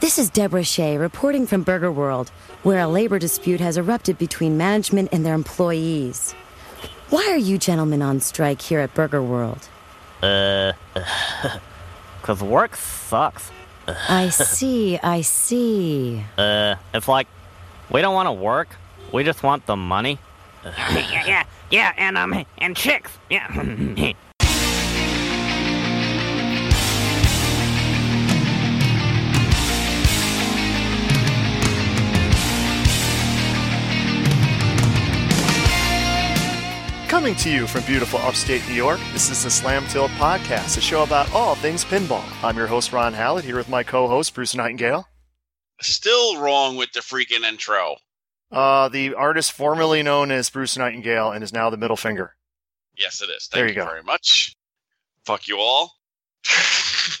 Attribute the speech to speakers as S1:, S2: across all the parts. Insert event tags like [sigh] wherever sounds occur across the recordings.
S1: This is Deborah Shea reporting from Burger World, where a labor dispute has erupted between management and their employees. Why are you gentlemen on strike here at Burger World?
S2: Uh, because work sucks.
S1: I see, I see.
S2: Uh, it's like we don't want to work, we just want the money.
S3: yeah, yeah, yeah, and um, and chicks. Yeah.
S4: Coming to you from beautiful upstate New York, this is the Slam Tilt Podcast, a show about all things pinball. I'm your host, Ron Hallett, here with my co host, Bruce Nightingale.
S5: Still wrong with the freaking intro.
S4: Uh, the artist formerly known as Bruce Nightingale and is now the middle finger.
S5: Yes, it is. Thank
S4: There you
S5: you
S4: go.
S5: very much. Fuck you all.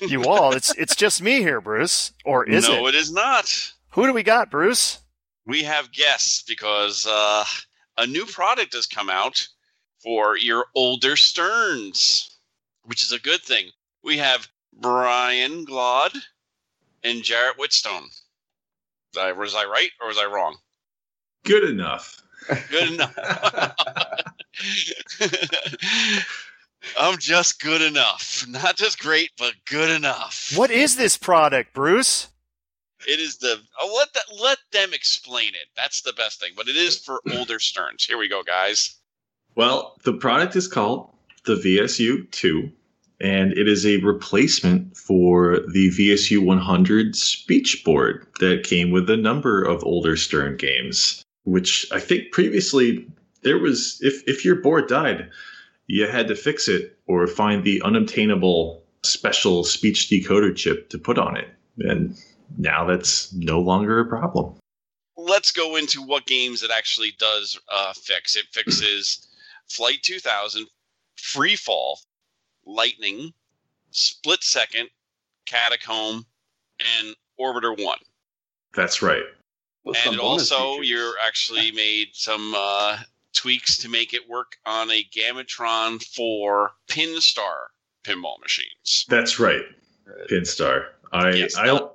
S4: You all, it's it's just me here, Bruce. Or is
S5: no,
S4: it?
S5: it is not.
S4: Who do we got, Bruce?
S5: We have guests because uh, a new product has come out for your older Sterns, which is a good thing. We have Brian Glod and Jarrett Whitstone. Did I, was I right or was I wrong?
S6: good enough.
S5: Good enough. I'm just good enough. Not just great, but good enough.
S4: What is this product, Bruce?
S5: It is the oh, let the, let them explain it. That's the best thing. But it is for older Sterns. Here we go, guys.
S6: Well, the product is called the VSU 2, and it is a replacement for the VSU 100 speech board that came with a number of older Stern games, which I think previously there was, if, if your board died, you had to fix it or find the unobtainable special speech decoder chip to put on it. And now that's no longer a problem.
S5: Let's go into what games it actually does uh, fix. It fixes Flight 2000, Free Fall, Lightning, Split Second, Catacomb, and Orbiter One.
S6: That's right.
S7: With some
S5: and it
S7: bonus
S5: also
S7: features.
S5: you're actually made some uh, tweaks to make it work on a Gamatron for Pinstar pinball machines.
S6: That's right. Pinstar. I
S5: Yes.
S6: I don't.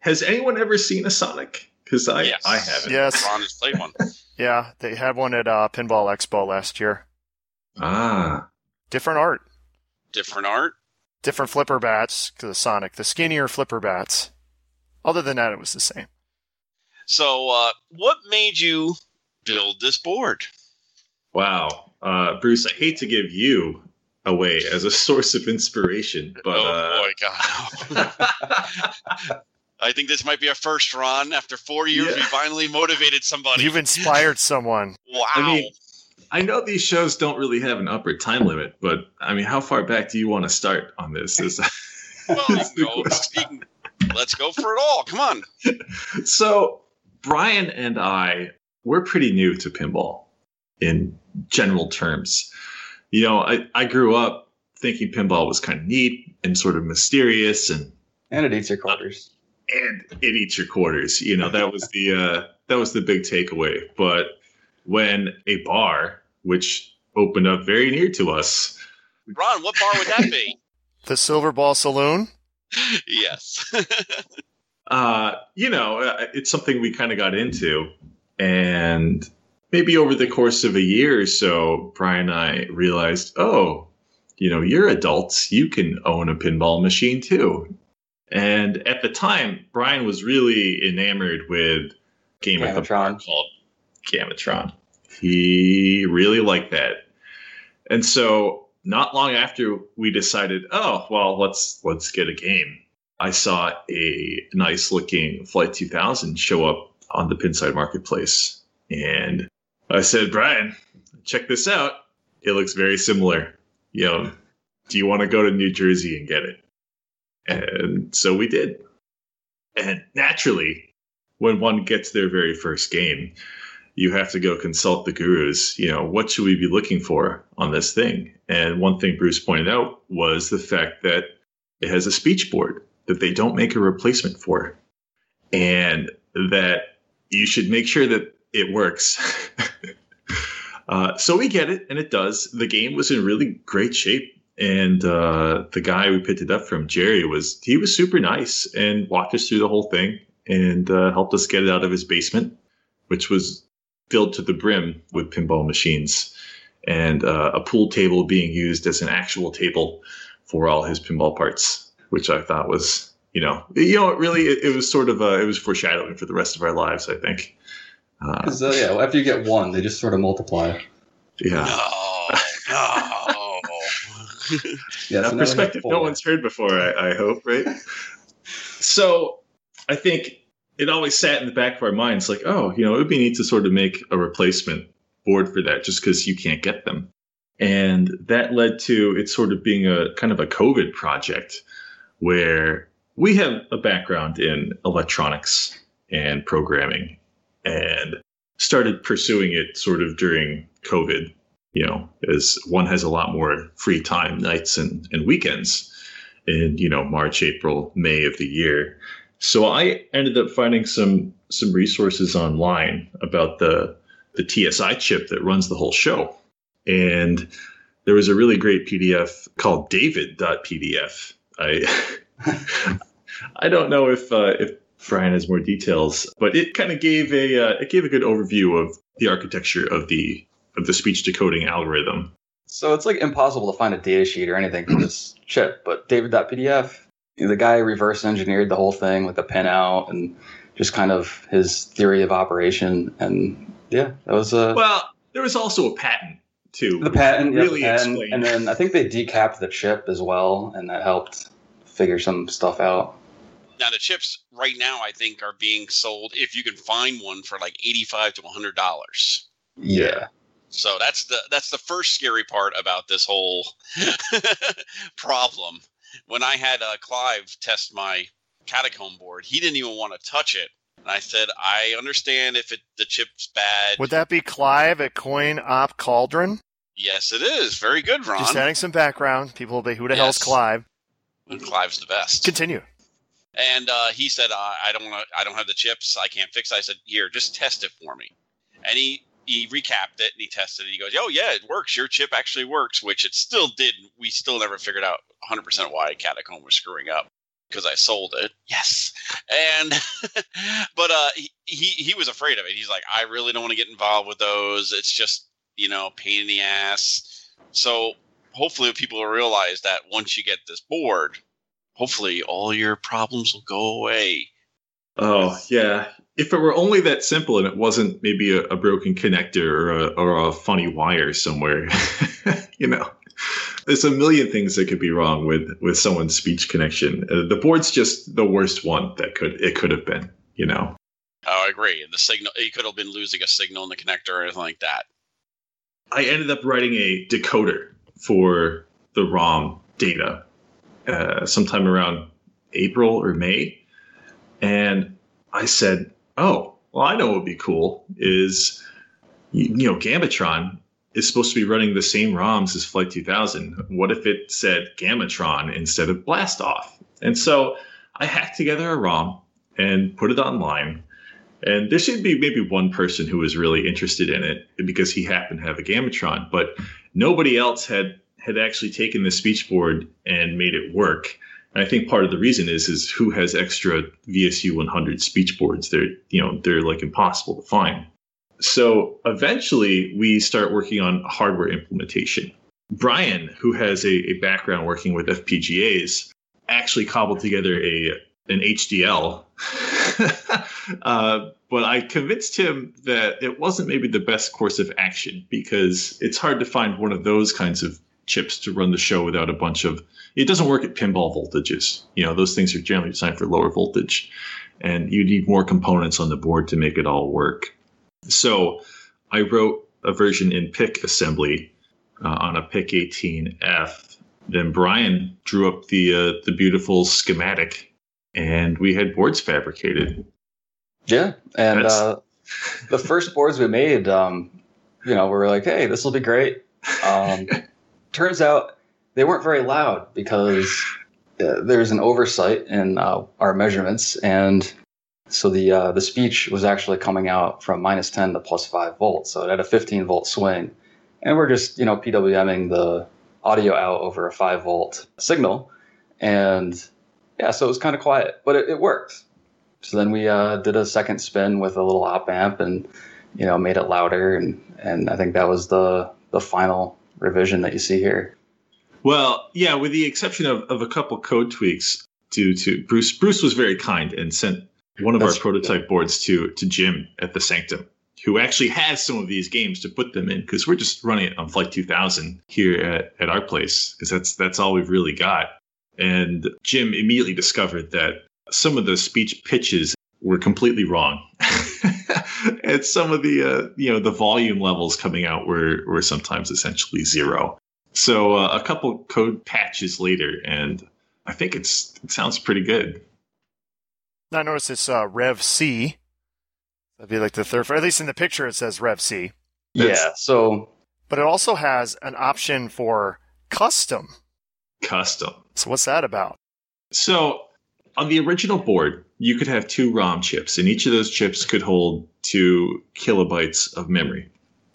S6: Has anyone ever seen a Sonic? Because I
S5: Yes.
S6: I haven't.
S4: Yes.
S5: Ron has played one.
S4: Yeah, they had one at uh, Pinball Expo last year.
S6: Ah,
S4: Different art,
S5: Different art.
S4: different flipper bats, 'cause of Sonic, the skinnier flipper bats. Other than that, it was the same.
S5: So, uh, what made you build this board?
S6: wow. Uh, Bruce, I hate to give you away as a [laughs] source of inspiration, but
S5: oh boy,
S6: uh,
S5: God! [laughs] I think this might be a first, Ron. After four years,
S6: Yeah.
S5: we finally motivated somebody.
S4: You've inspired someone.
S5: wow.
S6: I mean, I know these shows don't really have an upper time limit, but I mean, how far back do you want to start on this?
S5: [laughs]
S6: Is
S5: well,
S6: [laughs] is the
S5: no, speaking- let's go for it all. Come on.
S6: So Brian and I, we're pretty new to pinball in general terms. You know, I, I grew up thinking pinball was kind of neat and sort of mysterious and
S7: and it eats your quarters.
S6: and it eats your quarters. You know, that was the uh, that was the big takeaway. But when a bar, which opened up very near to us,
S5: Ron, what bar would that be?
S4: The Silver Ball Saloon?
S5: yes. [laughs]
S6: uh, you know, uh, it's something we kind of got into. And maybe over the course of a year or so, Brian and I realized, oh, you know, you're adults. You can own a pinball machine too. And at the time, Brian was really enamored with Game of the Bar
S7: Gamatron.
S6: called Gamatron. He really liked that. And so not long after we decided, oh, well, let's let's get a game. I saw a nice looking Flight 2000 show up on the Pinside Marketplace. And I said, Brian, check this out. It looks very similar. You know, do you want to go to New Jersey and get it? And so we did. And naturally, when one gets their very first game, you have to go consult the gurus. You know, what should we be looking for on this thing? And one thing Bruce pointed out was the fact that it has a speech board that they don't make a replacement for and that you should make sure that it works [laughs] uh, so we get it and it does the game was in really great shape and uh, the guy we picked it up from jerry was he was super nice and walked us through the whole thing and uh, helped us get it out of his basement, which was filled to the brim with pinball machines and uh, a pool table being used as an actual table for all his pinball parts, which I thought was, you know, you know, it really, it, it was sort of, uh, it was foreshadowing for the rest of our lives, I think. Uh,
S7: Because uh, yeah, after you get one, they just sort of multiply.
S6: yeah.
S5: No, no.
S7: Yeah, so now
S6: that
S7: we have
S6: perspective no
S7: four.
S6: one's heard before, I, I hope, right? [laughs] so I think it always sat in the back of our minds like, oh, you know, it would be neat to sort of make a replacement board for that just because you can't get them. And that led to it sort of being a kind of a COVID project where we have a background in electronics and programming and started pursuing it sort of during COVID you know, as one has a lot more free time nights and, and weekends in, you know, March, April, May of the year. So I ended up finding some some resources online about the the TSI chip that runs the whole show. And there was a really great PDF called David.pdf. I [laughs] I don't know if uh, if Brian has more details, but it kind of gave a uh, it gave a good overview of the architecture of the of the speech decoding algorithm.
S7: So it's like impossible to find a data sheet or anything for this chip, but David.pdf, the guy reverse engineered the whole thing with the pin out and just kind of his theory of operation. And yeah, that was a.
S6: Well, there was also a patent too.
S7: Uh, the patent yeah,
S6: really
S7: the patent,
S6: explained.
S7: and then i think they decapped the chip as well and that helped figure some stuff out
S5: Now the chips right now, I think, are being sold if you can find one for like eighty-five to one hundred dollars.
S7: yeah
S5: So that's the that's the first scary part about this whole [laughs] problem. When I had uh, Clive test my catacomb board, he didn't even want to touch it. And I said, I understand if it the chip's bad.
S4: Would that be Clive at Coin Op Cauldron?
S5: yes, it is very good, Ron.
S4: Just adding some background. People will be, who the hell's
S5: Yes.
S4: Clive?
S5: Clive's the best.
S4: Continue.
S5: And uh, he said, I, I don't, wanna, I don't have the chips. I can't fix. It. I said, here, just test it for me. And he he recapped it and he tested it. He goes, oh yeah, it works. Your chip actually works, which it still didn't. We still never figured out 100% why Catacomb was screwing up because I sold it. Yes. And [laughs] but uh, he, he he was afraid of it. He's like, I really don't want to get involved with those. It's just you know pain in the ass. So hopefully people will realize that once you get this board hopefully all your problems will go away.
S6: Oh yeah. If it were only that simple and it wasn't maybe a, a broken connector or a, or a funny wire somewhere, [laughs] you know, there's a million things that could be wrong with with someone's speech connection. Uh, the board's just the worst one that could it could have been. You know,
S5: Oh, I agree. The signal you could have been losing a signal in the connector or anything like that.
S6: I ended up writing a decoder for the ROM data uh, sometime around April or May. And I said, oh, well, I know what would be cool is, you, you know, Gamatron is supposed to be running the same ROMs as Flight 2000. What if it said Gamatron instead of Blastoff? And so I hacked together a ROM and put it online and there should be maybe one person who was really interested in it because he happened to have a Gamatron, but nobody else had had actually taken the speech board and made it work. And I think part of the reason is is who has extra VSU 100 speech boards? They're you know they're like impossible to find. So eventually we start working on hardware implementation. Brian, who has a, a background working with FPGAs, actually cobbled together a an HDL. [laughs] uh, but I convinced him that it wasn't maybe the best course of action because it's hard to find one of those kinds of chips to run the show without a bunch of. It doesn't work at pinball voltages. You know, those things are generally designed for lower voltage, and you need more components on the board to make it all work. So I wrote a version in PIC assembly uh, on a PIC 18F. Then Brian drew up the uh, the beautiful schematic and we had boards fabricated.
S7: yeah and
S6: That's-
S7: uh, the first boards we made um, you know we were like hey this will be great um, turns out they weren't very loud because uh, there's an oversight in uh, our measurements and so the uh, the speech was actually coming out from minus 10 to plus 5 volts so it had a 15 volt swing and we're just you know pwming the audio out over a 5 volt signal and yeah so it was kind of quiet but it, it worked So then we uh, did a second spin with a little op amp and you know made it louder and and I think that was the the final revision that you see here.
S6: Well, yeah, with the exception of, of a couple code tweaks due to Bruce. Bruce was very kind and sent one of
S7: That's-
S6: our prototype boards to to Jim at the Sanctum, who actually has some of these games to put them in because we're just running it on Flight 2000 here at, at our place because that's that's all we've really got. And Jim immediately discovered that some of the speech pitches were completely wrong. [laughs] and some of the uh, you know the volume levels coming out were were sometimes essentially zero. So uh, a couple code patches later, and I think it's it sounds pretty good.
S4: Now notice it's uh, Rev C. That'd be like the third, at least in the picture it says Rev C.
S6: That's-
S7: yeah. So
S4: But it also has an option for custom.
S6: Custom.
S4: So what's that about?
S6: So on the original board, you could have two ROM chips, and each of those chips could hold two kilobytes of memory.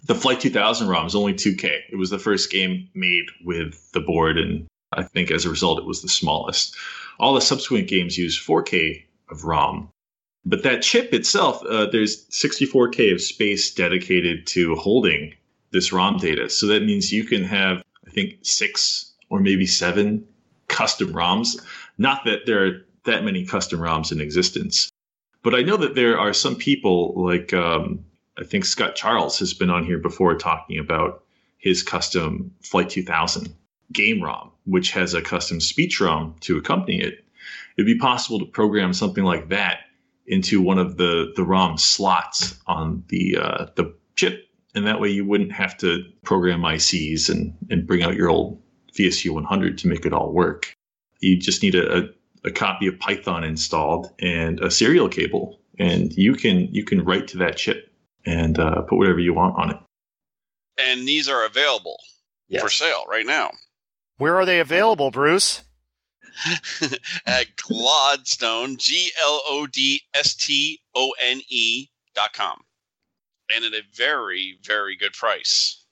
S6: The Flight 2000 ROM is only 2K. It was the first game made with the board, and I think as a result, it was the smallest. All the subsequent games used 4K of ROM. But that chip itself, uh, there's 64K of space dedicated to holding this ROM data. So that means you can have, I think, six or maybe seven custom ROMs not that there are that many custom ROMs in existence, but I know that there are some people like um, I think Scott Charles has been on here before talking about his custom Flight 2000 game ROM, which has a custom speech ROM to accompany it. It'd be possible to program something like that into one of the the ROM slots on the uh, the chip, and that way you wouldn't have to program ICs and and bring out your old VSU 100 to make it all work you just need a, a, a copy of python installed and a serial cable and you can you can write to that chip and uh, put whatever you want on it
S5: And these are available
S7: yes.
S5: for sale right now [laughs]
S4: Where are they available, Bruce?
S5: at Glodstone, G L O D S T O N E dot com. And at a very, very good price.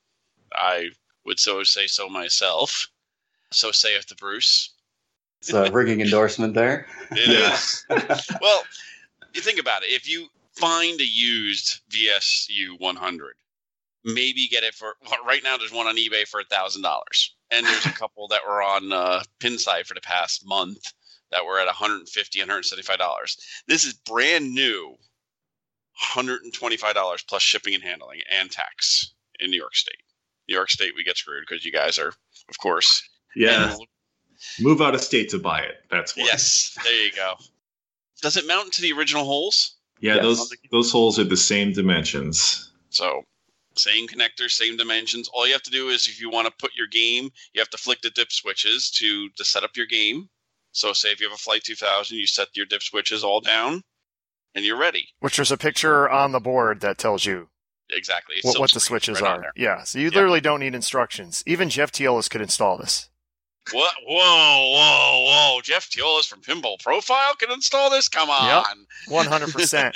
S5: I would so say so myself. So saith the Bruce.
S7: It's a rigging endorsement there.
S5: It
S6: Yeah.
S5: is. [laughs] well, you think about it. If you find a used VSU 100, maybe get it for well, right now. There's one on eBay for a thousand dollars, and there's a couple that were on uh, Pinside for the past month that were at 150, 175 dollars. This is brand new, 125 dollars plus shipping and handling and tax in New York State. New York State, we get screwed because you guys are, of course,
S6: yeah move out of state to buy it that's why
S5: Yes, there you go. Does it mount into the original holes?
S6: yeah
S7: Yes.
S6: those those holes are the same dimensions
S5: So, same connector, same dimensions. All you have to do is if you want to put your game, you have to flick the dip switches to to set up your game. So, say if you have a Flight 2000, you set your dip switches all down, and you're ready.
S4: Which there's a picture on the board that tells you
S5: Exactly. It's
S4: what, what the
S5: silver screen
S4: switches
S5: right on
S4: are.
S5: there.
S4: Yeah, so you
S5: Yeah.
S4: literally don't need instructions. Even Jeff Teolis could install this.
S5: [laughs] What? Whoa, whoa, whoa! Jeff Teolis from Pinball Profile can install this. Come on!
S4: 100%.
S5: Wow!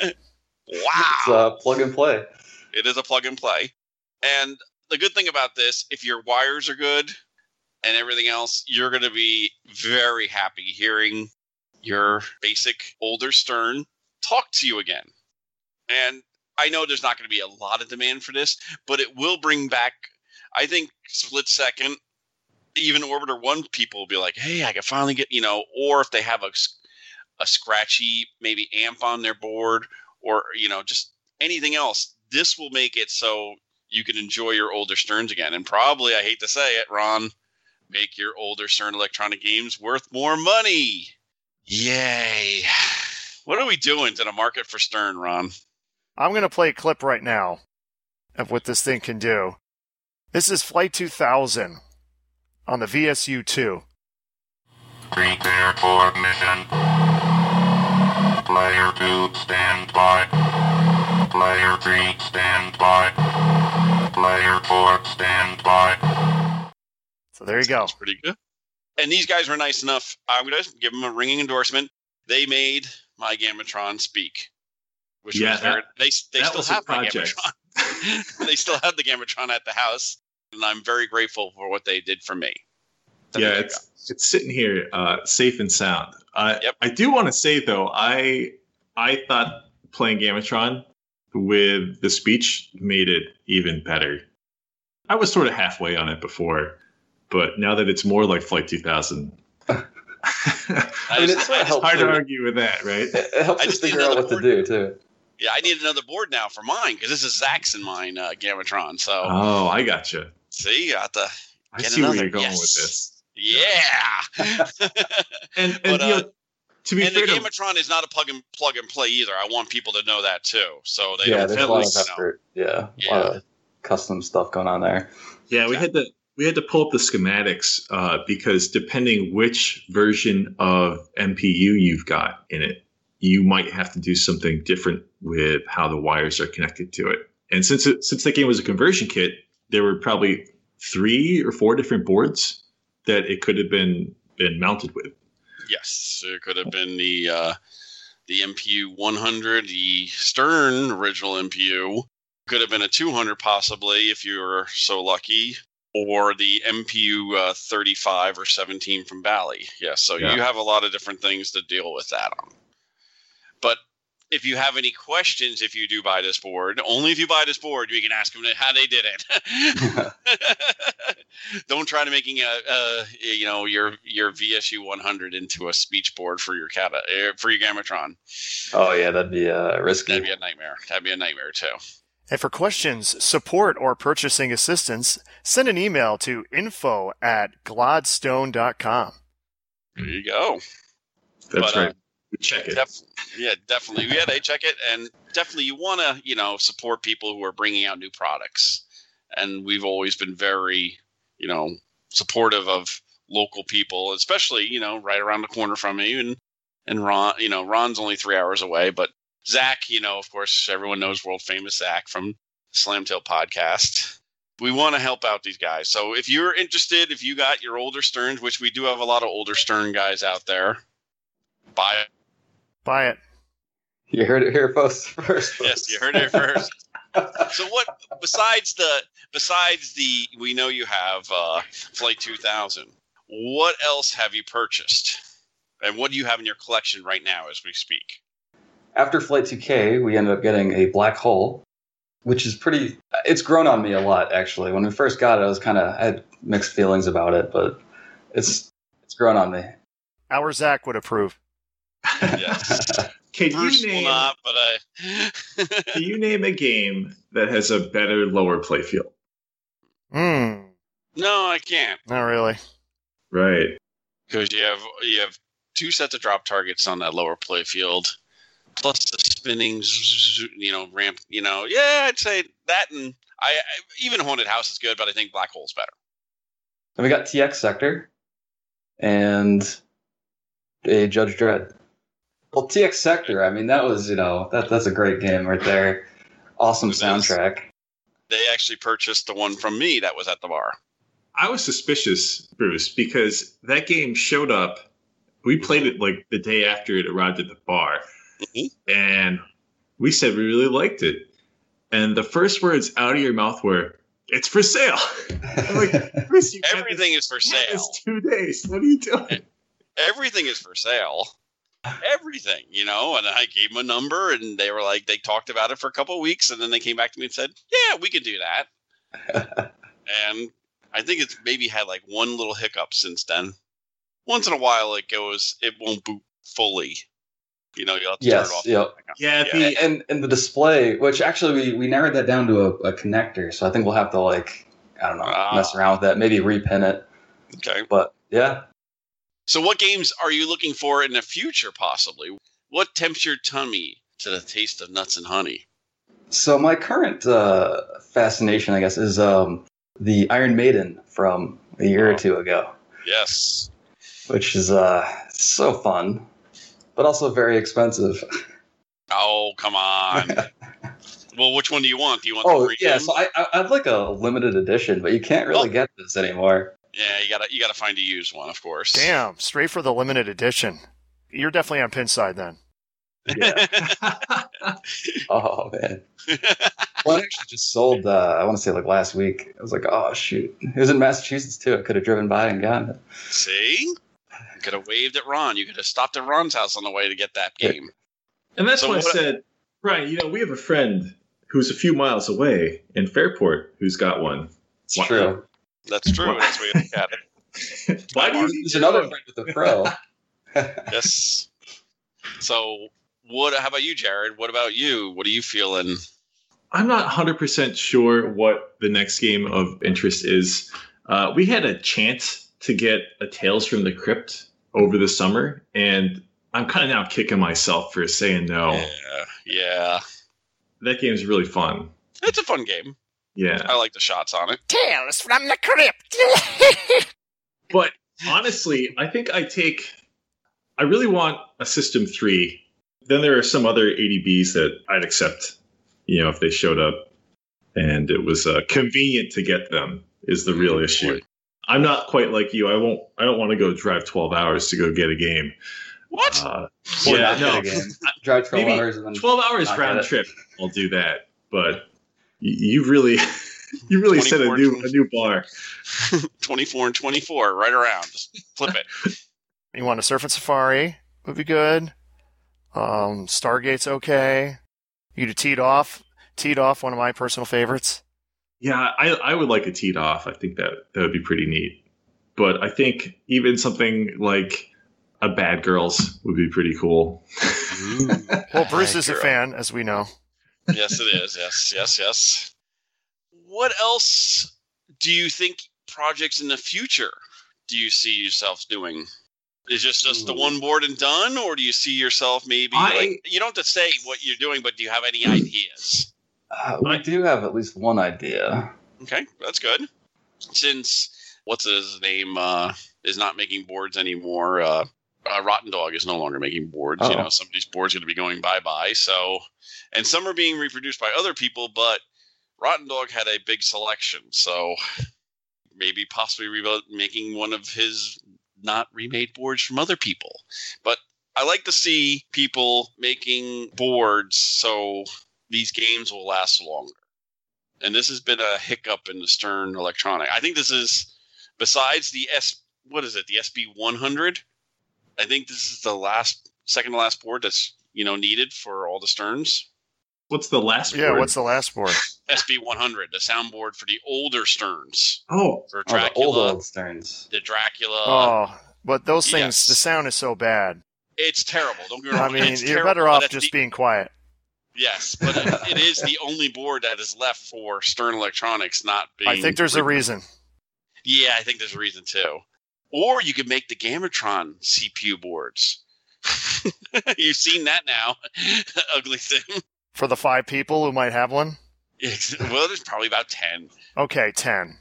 S7: It's uh, plug and play.
S5: It is a plug and play. And the good thing about this, if your wires are good and everything else, you're going to be very happy hearing your basic older Stern talk to you again. And I know there's not going to be a lot of demand for this, but it will bring back, I think, split second, even Orbiter 1 people will be like, hey, I can finally get, you know, or if they have a, s- a scratchy maybe amp on their board or, you know, just anything else, this will make it so you can enjoy your older Sterns again. And probably, I hate to say it, Ron, make your older Stern electronic games worth more money. Yay. What are we doing to the market for Stern, Ron?
S4: I'm going to play a clip right now of what this thing can do. This is Flight 2000 on the VSU 2.
S8: Prepare for ignition. Player 2, stand by. Player 3, stand by. Player 4, stand by.
S4: So there you go.
S5: That's pretty good. And these guys were nice enough. I'm going to give them a ringing endorsement. They made my Gamatron speak. Which
S6: Yeah,
S5: was their,
S6: that-
S5: they they
S6: that
S5: still
S6: was a
S5: have my
S6: project.
S5: Gamatron. [laughs] they still have the Gamatron at the house, and I'm very grateful for what they did for me. That
S6: yeah,
S5: they
S6: it's it's sitting here uh, safe and sound. I
S5: Yep.
S6: I do want to say though, I I thought playing Gamatron with the speech made it even better. I was sort of halfway on it before, but now that it's more like
S5: [laughs]
S6: Flight 2000,
S5: I
S7: mean,
S5: just-
S7: it's
S5: I just-
S7: helpful.
S6: hard to argue with that, right?
S7: It, it helps
S5: I
S7: us
S5: just need
S7: figure out
S5: another
S7: what to
S5: board.
S7: do too.
S5: yeah, I need another board now for mine because this is Zach's and mine uh, Gamatron. So
S6: Oh, I gotcha.
S5: see, you got the
S6: I
S5: Get
S6: see where
S5: another-
S6: you're going with
S5: yes.
S6: this. [laughs]
S5: yeah.
S6: And, and
S5: [laughs] But,
S6: you know,
S5: uh,
S6: to be
S5: and the
S6: fair, to-
S5: Gamatron is not a plug and plug and play either. I want people to know that too, so they
S7: yeah,
S5: don't
S7: there's
S5: at
S7: a lot
S5: least
S7: of
S5: know.
S7: effort. Yeah, a lot of custom stuff going on there.
S6: Yeah, we had to we had to pull up the schematics uh, because depending which version of MPU you've got in it, you might have to do something different with how the wires are connected to it. And since it, since that game was a conversion kit, there were probably three or four different boards that it could have been been mounted with.
S5: Yes, it could have been the uh, the MPU 100, the Stern original MPU. Could have been a 200 possibly if you were so lucky, or the MPU uh, 35 or 17 from Bally. Yeah, so
S6: Yeah.
S5: you have a lot of different things to deal with that on. But if you have any questions, if you do buy this board, only if you buy this board, you can ask them how they did it. [laughs] Don't try to making a, a you know your your VSU 100 into a speech board for your cat uh, for your Gamatron.
S7: oh yeah, that'd be uh, risky.
S5: That'd be a nightmare. That'd be a nightmare too.
S4: And for questions, support, or purchasing assistance, send an email to info at glodstone.com.
S5: There you go.
S6: That's
S5: But, uh,
S6: right. we check [laughs] it.
S5: Def- yeah, definitely. Yeah, they check it, and definitely you want to you know support people who are bringing out new products. And we've always been very you know supportive of local people, especially you know right around the corner from me and and Ron. You know Ron's only three hours away, but Zach, you know, of course, everyone knows world famous Zach from Slamtail podcast. We want to help out these guys. So if you're interested, if you got your older Sterns, which we do have a lot of older Stern guys out there, buy
S4: Buy it.
S7: You heard it here first. first
S5: Yes, you heard it first. so what besides the besides the we know you have uh, Flight 2000. What else have you purchased? And what do you have in your collection right now as we speak?
S7: After Flight 2K, we ended up getting a black hole, which is pretty. It's grown on me a lot actually. When we first got it, I was kind of I had mixed feelings about it, but it's it's grown on me. [laughs]
S4: Our Zach would approve.
S5: Yes. [laughs]
S6: Can
S5: Bruce
S6: you
S5: will
S6: name
S5: not, but I [laughs]
S6: can you name a game that has a better lower playfield?
S4: Hmm.
S5: No, I can't.
S4: Not really.
S6: Right.
S5: Because you have you have two sets of drop targets on that lower play field, plus the spinning, zzz, you know, ramp. You know, yeah, I'd say that, and I, I even haunted house is good, but I think black hole's better.
S7: Then we got TX Sector and a Judge Dredd. Well, TX Sector, I mean, that was, you know, that that's a great game right there. Awesome
S5: It is.
S7: soundtrack.
S5: They actually purchased the one from me that was at the bar.
S6: I was suspicious, Bruce, because that game showed up. We played it like the day after it arrived at the bar,
S5: Mhm.
S6: and we said we really liked it. And the first words out of your mouth were, "It's
S5: [laughs]
S6: for sale." I'm
S7: [laughs]
S6: like, Bruce, you had
S5: Everything is for
S6: this- you had
S5: sale.
S6: this two days. What are you doing?
S5: Everything is for sale. Everything, you know. And I gave them a number, and they were like, they talked about it for a couple of weeks, and then they came back to me and said, "Yeah, we can do that." and I think it's maybe had like one little hiccup since then. Once in a while, it goes, it won't boot fully. You know, you'll have to turn
S7: yes,
S5: it off.
S7: yep.
S6: Yeah,
S5: Yeah.
S6: the-
S7: and and the display, which actually we, we narrowed that down to a, a connector, so I think we'll have to like I don't know
S5: Ah.
S7: mess around with that, maybe repin it.
S5: Okay.
S7: But yeah,
S5: So, what games are you looking for in the future, possibly? What tempts your tummy to the taste of nuts and honey?
S7: so my current uh, fascination, I guess, is um, the Iron Maiden from a year or two ago,
S5: Yes.
S7: which is uh, so fun, but also very expensive.
S5: Oh, come on. well, which one do you want? Do you want the
S7: [laughs] Oh
S5: green?
S7: yeah, so I, I I'd like a limited edition, but you can't really
S5: Oh.
S7: get this anymore.
S5: yeah, you gotta you gotta find a used one, of course.
S4: Damn, straight for the limited edition. You're definitely on pin side then.
S5: [laughs]
S7: [laughs] Oh man. Well, it actually just sold. Uh, I want to say like last week. I was like, oh shoot, it was in Massachusetts too. I could have driven by and gotten it.
S5: See? You could have waved at Ron. You could have stopped at Ron's house on the way to get that game.
S6: And that's
S5: So
S6: why I
S5: what-
S6: said, Brian, you know, we have a friend who's a few miles away in Fairport who's got one.
S7: It's
S6: Wow.
S7: true.
S5: That's true.
S6: Wow.
S5: That's what you look
S7: [laughs]
S5: at it.
S6: why do you think
S7: There's another friend with
S5: [laughs]
S7: a pro.
S5: Yes. So, what? How about you, Jared? What about you? What are you feeling?
S6: I'm not 100% sure what the next game of interest is. Uh, we had a chance to get a Tales from the Crypt over the summer, and I'm kind of now kicking myself for saying no.
S5: Yeah, yeah.
S6: That game's really fun.
S5: It's a fun game.
S6: Yeah.
S5: I like the shots on it.
S3: Tales from the crypt. [laughs]
S6: But honestly, I think I take. I really want a System 3. Then there are some other ADBs that I'd accept, you know, if they showed up and it was uh, convenient to get them, is the real issue. I'm not quite like you. I won't. I don't want to go drive 12 hours to go get a game.
S5: What?
S6: Uh,
S7: Or
S6: yeah,
S7: not
S5: [laughs]
S6: no.
S7: get a game. Drive 12
S6: Maybe
S7: hours and then
S6: 12 hours
S7: Not
S6: round
S7: get it.
S6: trip. I'll do that. But you, you really, [laughs] you really set a
S5: 24,
S6: new a new bar.
S5: 24 and 24, right around. Just flip it.
S4: You want a Surf and Safari would be good. Um, Stargate's okay. You do teed off. Teed off, one of my personal favorites.
S6: Yeah, I, I would like a teed off. I think that that would be pretty neat. But I think even something like a Bad Girls would be pretty cool.
S5: [laughs]
S4: Well, Bruce
S5: Hi,
S4: is a
S5: girl.
S4: fan, as we know.
S5: yes, it is. Yes, yes, yes. What else do you think projects in the future do you see yourselves doing? Is this just the
S7: Ooh.
S5: one board and done, or do you see yourself maybe?
S6: I-
S5: like, you don't have to say what you're doing, but do you have any ideas?
S7: Uh, we do have at least one idea.
S5: Okay, that's good. Since what's his name uh, is not making boards anymore, uh, uh, Rotten Dog is no longer making boards. You
S7: Uh-oh.
S5: know, some of these boards are going to be going bye bye. So, and some are being reproduced by other people, but Rotten Dog had a big selection. So maybe possibly re- making one of his not remade boards from other people. But I like to see people making boards so these games will last longer and this has been a hiccup in the Stern Electronic. I think this is besides the S. What is it? The SB 100. I think this is the last, second to last board that's you know needed for all the Sterns.
S6: What's the last?
S4: Yeah,
S6: word?
S4: what's the last board?
S5: SB 100, the soundboard for the older Sterns
S6: oh
S5: for
S7: Oh, the
S5: Dracula,
S7: old old Stearns.
S5: the Dracula.
S4: oh, but those things,
S5: Uh, yes.
S4: the sound is so bad.
S5: It's terrible. Don't get me
S4: I
S5: wrong.
S4: mean,
S5: it's
S4: you're
S5: terrible,
S4: better
S5: but
S4: off
S5: it's
S4: just
S5: the-
S4: being quiet.
S5: Yes, but it- it is the only board that is left for Stern Electronics not being.
S4: I think there's a reason.
S5: Yeah, I think there's a reason too. Or you could make the Gamatron CPU boards. [laughs] You've seen that now, [laughs] ugly thing. [laughs]
S4: For the five people who might have one?
S5: Yes, well, there's probably about ten.
S4: Okay, ten.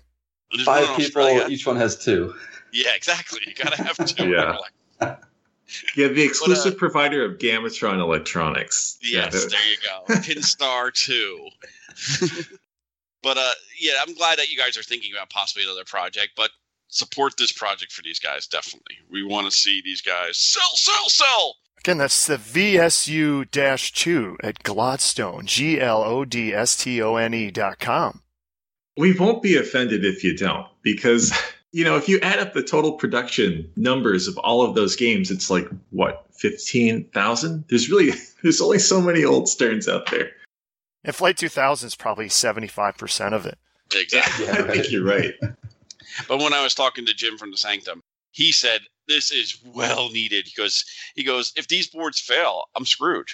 S5: There's one
S7: Five
S5: in
S7: people,
S5: Australia.
S7: each one has two.
S5: Yeah, exactly. You gotta have two.
S6: Yeah. yeah, the exclusive
S5: But,
S6: provider of Gamatron Electronics. Yeah,
S5: uh, Yes,
S6: that-
S5: there you
S6: [laughs]
S5: go. Pinstar 2. [laughs] but uh yeah, I'm glad that you guys are thinking about possibly another project, but support this project for these guys definitely. We want to see these guys sell, sell, sell.
S4: Again, that's the VSU 2 at Glodstone, G L O D S T O N E dot com.
S6: we won't be offended if you don't, because
S5: [laughs]
S6: you know if you add up the total production numbers of all of those games, it's like what fifteen thousand. There's really [laughs] there's only so many old Sterns out there.
S4: And Flight 2000 is probably 75% of it.
S5: Exactly.
S7: Yeah,
S6: [laughs] I think
S7: right.
S6: you're right.
S5: But when I was talking to Jim from the Sanctum, he said this is well needed because he goes, if these boards fail, I'm screwed.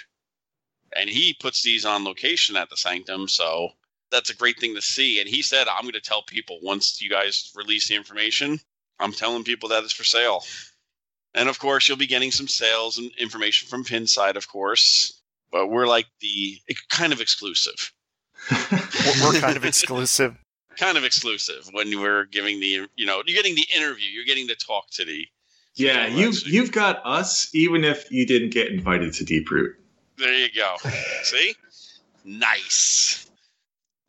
S5: And he puts these on location at the Sanctum, so that's a great thing to see. And he said, I'm going to tell people once you guys release the information, I'm telling people that it's for sale. And of course, you'll be getting some sales and information from Pinside, of course. But we're like the e, kind of exclusive,
S7: [laughs]
S4: We're- We're
S5: [laughs]
S4: kind of exclusive.
S5: kind of exclusive when we're giving the, you know, you're getting the interview, you're getting to talk to the Yeah,
S6: Yeah, you
S5: that's-
S6: you've got us, even if you didn't get invited to Deep Root.
S5: There you
S4: [laughs]
S5: go. See? Nice.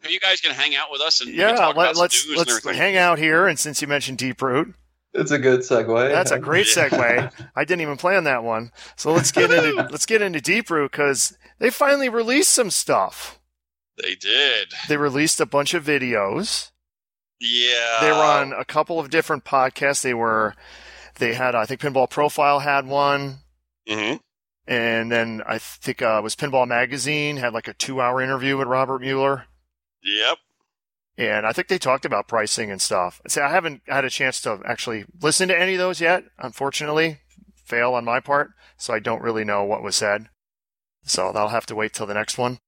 S5: Are you guys gonna hang out with us and we can
S4: Yeah,
S5: talk
S4: let,
S5: about
S4: let's
S5: stews
S4: let's
S5: and everything?
S4: hang out here. And since you mentioned Deep Root,
S7: It's a good segue.
S4: that's a great
S5: Yeah.
S4: segue.
S5: [laughs]
S4: I didn't even plan that one. So let's get into let's get into Deep Root because they finally released some stuff.
S5: They did.
S4: They released a bunch of videos.
S5: Yeah.
S4: they were on a couple of different podcasts. They were, they had, I think Pinball Profile had one.
S5: hmm
S4: And then I think uh, it was Pinball Magazine had like a two-hour interview with Robert Mueller,
S5: Yep.
S4: and I think they talked about pricing and stuff. See, I haven't had a chance to actually listen to any of those yet. Unfortunately, fail on my part, so I don't really know what was said. So that'll have to wait till the next one.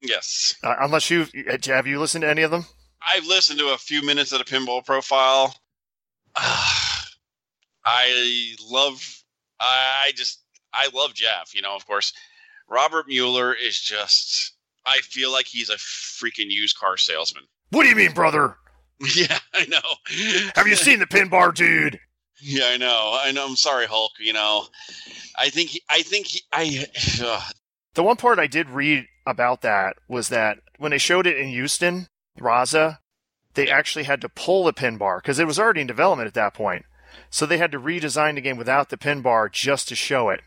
S5: Yes.
S4: Uh, unless you have you listened to any of them?
S5: I've listened to a few minutes of the pinball profile. [sighs] I love, I just, I love Jeff, you know, of course. Robert Mueller is just, I feel like he's a freaking used car salesman. [laughs]
S4: What do you mean, brother?
S5: yeah, I know.
S4: Have you seen the pin bar, dude?
S5: Yeah, I know. I know. I'm sorry, Hulk. You know, I think, he, I think he, I, uh,
S4: The one part I did read about that was that when they showed it in Houston, Raza, they actually had to pull the pin bar because it was already in development at that point. So they had to redesign the game without the pin bar just to show it,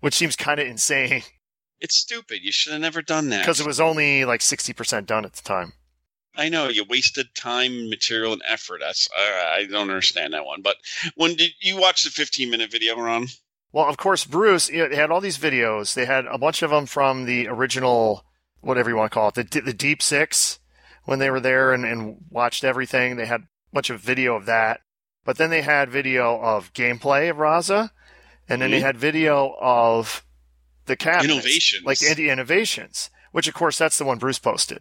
S4: which seems kind of insane
S5: it's stupid. You should have never done that.
S4: because it was only like 60% done at the time.
S5: I know you wasted time, material, and effort. That's I I don't understand that one. But when did you watch the 15 minute video, Ron?
S4: Well, of course, Bruce, you know, they had all these videos. They had a bunch of them from the original, whatever you want to call it, the, the Deep Six, when they were there and, and watched everything. They had a bunch of video of that. But then they had video of gameplay of Raza, and then they
S5: Mhm.
S4: had video of the cabinets.
S5: Innovations.
S4: Like the indie innovations, which, of course, that's the one Bruce posted.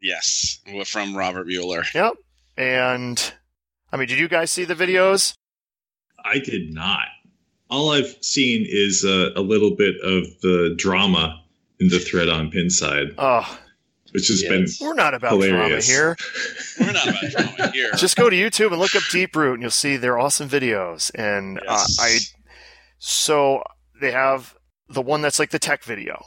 S5: Yes, from Robert Mueller.
S4: Yep. And, I mean, did you guys see the videos?
S6: I did not. All I've seen is uh, a little bit of the drama in the thread on Pinside,
S4: Oh,
S6: which has
S7: Yeah,
S6: been
S7: it's-
S4: we're not about
S6: hilarious.
S4: drama here.
S5: We're not about drama here.
S4: [laughs] just go to YouTube and look up Deep Root, and you'll see their awesome videos. And
S5: Yes.
S4: uh, I, so they have the one that's like the tech video,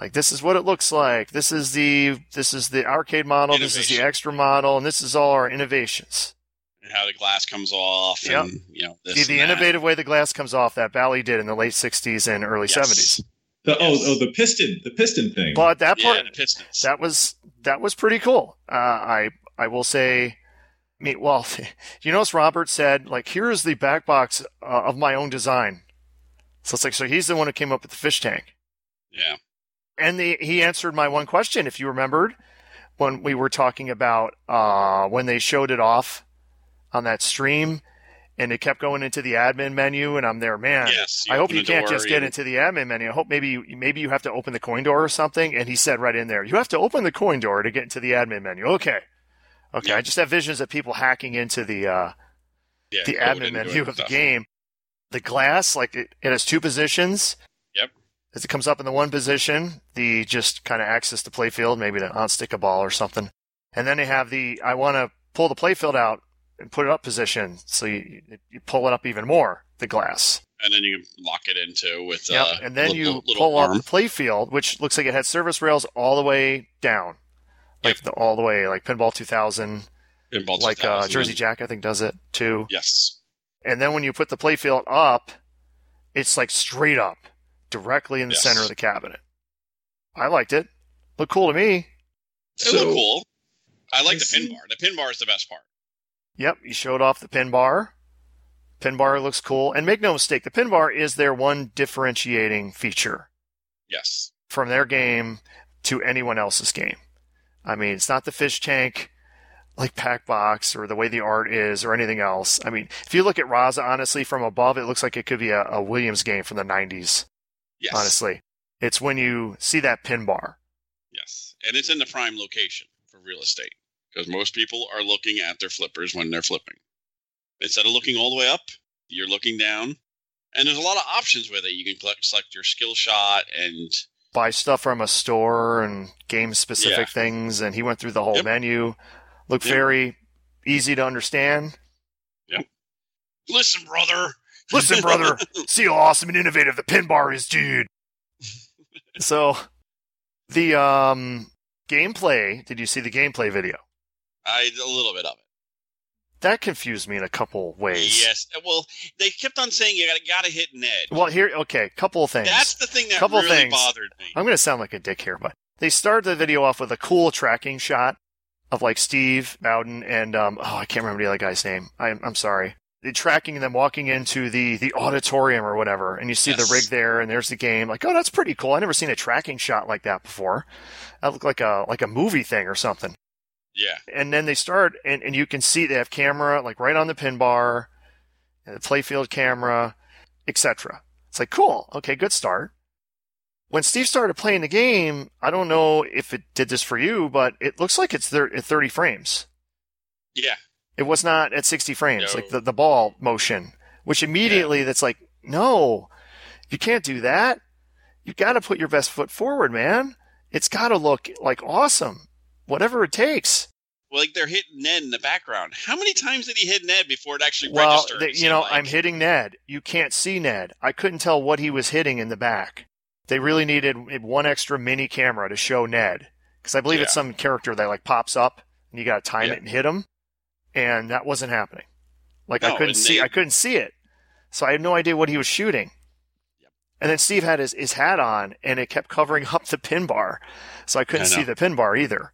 S4: like this is what it looks like. This is the this is the arcade model. This is the
S5: Innovation.
S4: extra model, and this is all our innovations.
S5: And how the glass comes off, and you know
S4: The,
S5: this
S4: the
S5: and that.
S4: innovative way the glass comes off that Bally did in the late '60s and early
S5: Yes.
S4: '70s.
S6: the oh
S5: Yes.
S6: oh the piston the piston thing.
S4: But that part
S5: Yeah, the Pistons.
S4: that was that was pretty cool. Uh, I I will say, I mean, well, [laughs] you notice Robert said like, here is the back box uh, of my own design. So it's like, so he's the one who came up with the fish tank,
S5: yeah,
S4: and the, he answered my one question, if you remembered, when we were talking about uh, when they showed it off on that stream, and it kept going into the admin menu, and I'm there, man.
S5: yes.
S4: I hope
S5: open
S4: you
S5: the
S4: can't
S5: door
S4: just get
S5: and-
S4: into the admin menu. I hope maybe you, maybe you have to open the coin door or something. And he said right in there, you have to open the coin door to get into the admin menu. Okay, okay.
S5: Yeah.
S4: I just have visions of people hacking into the uh,
S5: yeah,
S4: the
S5: go
S4: admin
S5: into it
S4: menu
S5: and
S4: of the
S5: stuff.
S4: game. The glass, like it, it has two positions.
S5: Yep.
S4: As it comes up in the one position, the just kind of access the playfield, maybe to unstick a ball or something. And then they have the I want to pull the playfield out and put it up position, so you you pull it up even more. The glass.
S5: and then you lock it into with
S4: Yep.
S5: uh,
S4: and then
S5: little,
S4: you
S5: little
S4: pull
S5: arm.
S4: up the playfield, which looks like it had service rails all the way down, like the, all the way, like Pinball 2000,
S5: Pinball
S4: like uh,
S5: 2000.
S4: Jersey Jack, I think, does it too.
S5: Yes,
S4: And then when you put the playfield up, it's like straight up, directly in the
S5: Yes.
S4: center of the cabinet. I liked it. Looked cool to me.
S5: it
S6: So-
S5: looked cool. I like
S6: I
S5: the
S6: see.
S5: pin bar. The pin bar is the best part.
S4: Yep, you showed off the pin bar. Pin bar looks cool. And make no mistake, the pin bar is their one differentiating feature.
S5: Yes.
S4: from their game to anyone else's game. I mean, it's not the fish tank like Packbox or the way the art is or anything else. I mean, if you look at Raza, honestly, from above, it looks like it could be a, a Williams game from the 90s,
S5: Yes.
S4: honestly. It's when you see that pin bar.
S5: Yes. And it's in the prime location for real estate because most people are looking at their flippers when they're flipping. Instead of looking all the way up, you're looking down. And there's a lot of options with it. You can collect, select your skill shot and
S4: Buy stuff from a store and game specific
S5: Yeah.
S4: things. And he went through the whole
S5: Yep.
S4: menu. Looked
S5: Yep.
S4: very easy to
S5: [laughs]
S4: understand.
S5: listen, brother.
S4: Listen, brother, see how awesome and innovative the pin bar is,
S5: [laughs]
S4: dude. so, the um, gameplay. Did you see the gameplay video?
S5: I a little bit of it.
S4: That confused me in a couple ways.
S5: Yes. Uh, Well, they kept on saying you got to hit an edge.
S4: Well, here, okay, couple of things.
S5: That's the thing that
S4: Couple
S5: really
S4: things.
S5: bothered me.
S4: I'm going to sound like a dick here, but they start the video off with a cool tracking shot of like Steve Bowden and um, oh, I can't remember the other guy's name. I'm I'm sorry. the tracking them walking into the the auditorium or whatever, and you see
S5: Yes.
S4: the rig there, and there's the game. Like, oh, that's pretty cool. I never seen a tracking shot like that before. That looked like a like a movie thing or something.
S5: Yeah.
S4: And then they start, and, and you can see they have camera like right on the pin bar, and the playfield camera, etc. It's like cool. Okay, good start. When Steve started playing the game, I don't know if it did this for you, but it looks like it's thir- at 30 frames.
S5: Yeah.
S4: It was not at 60 frames,
S5: No.
S4: like the, the ball motion, which immediately that's like, no, you can't do that. You got to put your best foot forward, man. It's got to look like awesome, whatever it takes.
S5: Well, like they're hitting Ned in the background. How many times did he hit Ned before it actually
S4: Well,
S5: registered?
S4: th-
S5: It
S4: you
S5: seemed
S4: know,
S5: like.
S4: I'm hitting Ned. You can't see Ned. I couldn't tell what he was hitting in the back. They really needed one extra mini camera to show Ned because I believe it's
S5: Yeah.
S4: some character that like pops up and you got to time
S5: Yeah.
S4: it and hit him, and that wasn't happening. Like
S5: No,
S4: I couldn't
S5: and
S4: see,
S5: they-
S4: I couldn't see it, so I had no idea what he was shooting. And then Steve had his, his hat on, and it kept covering [laughs] up the pin bar, so I couldn't
S5: I
S4: see
S5: know.
S4: the pin bar either.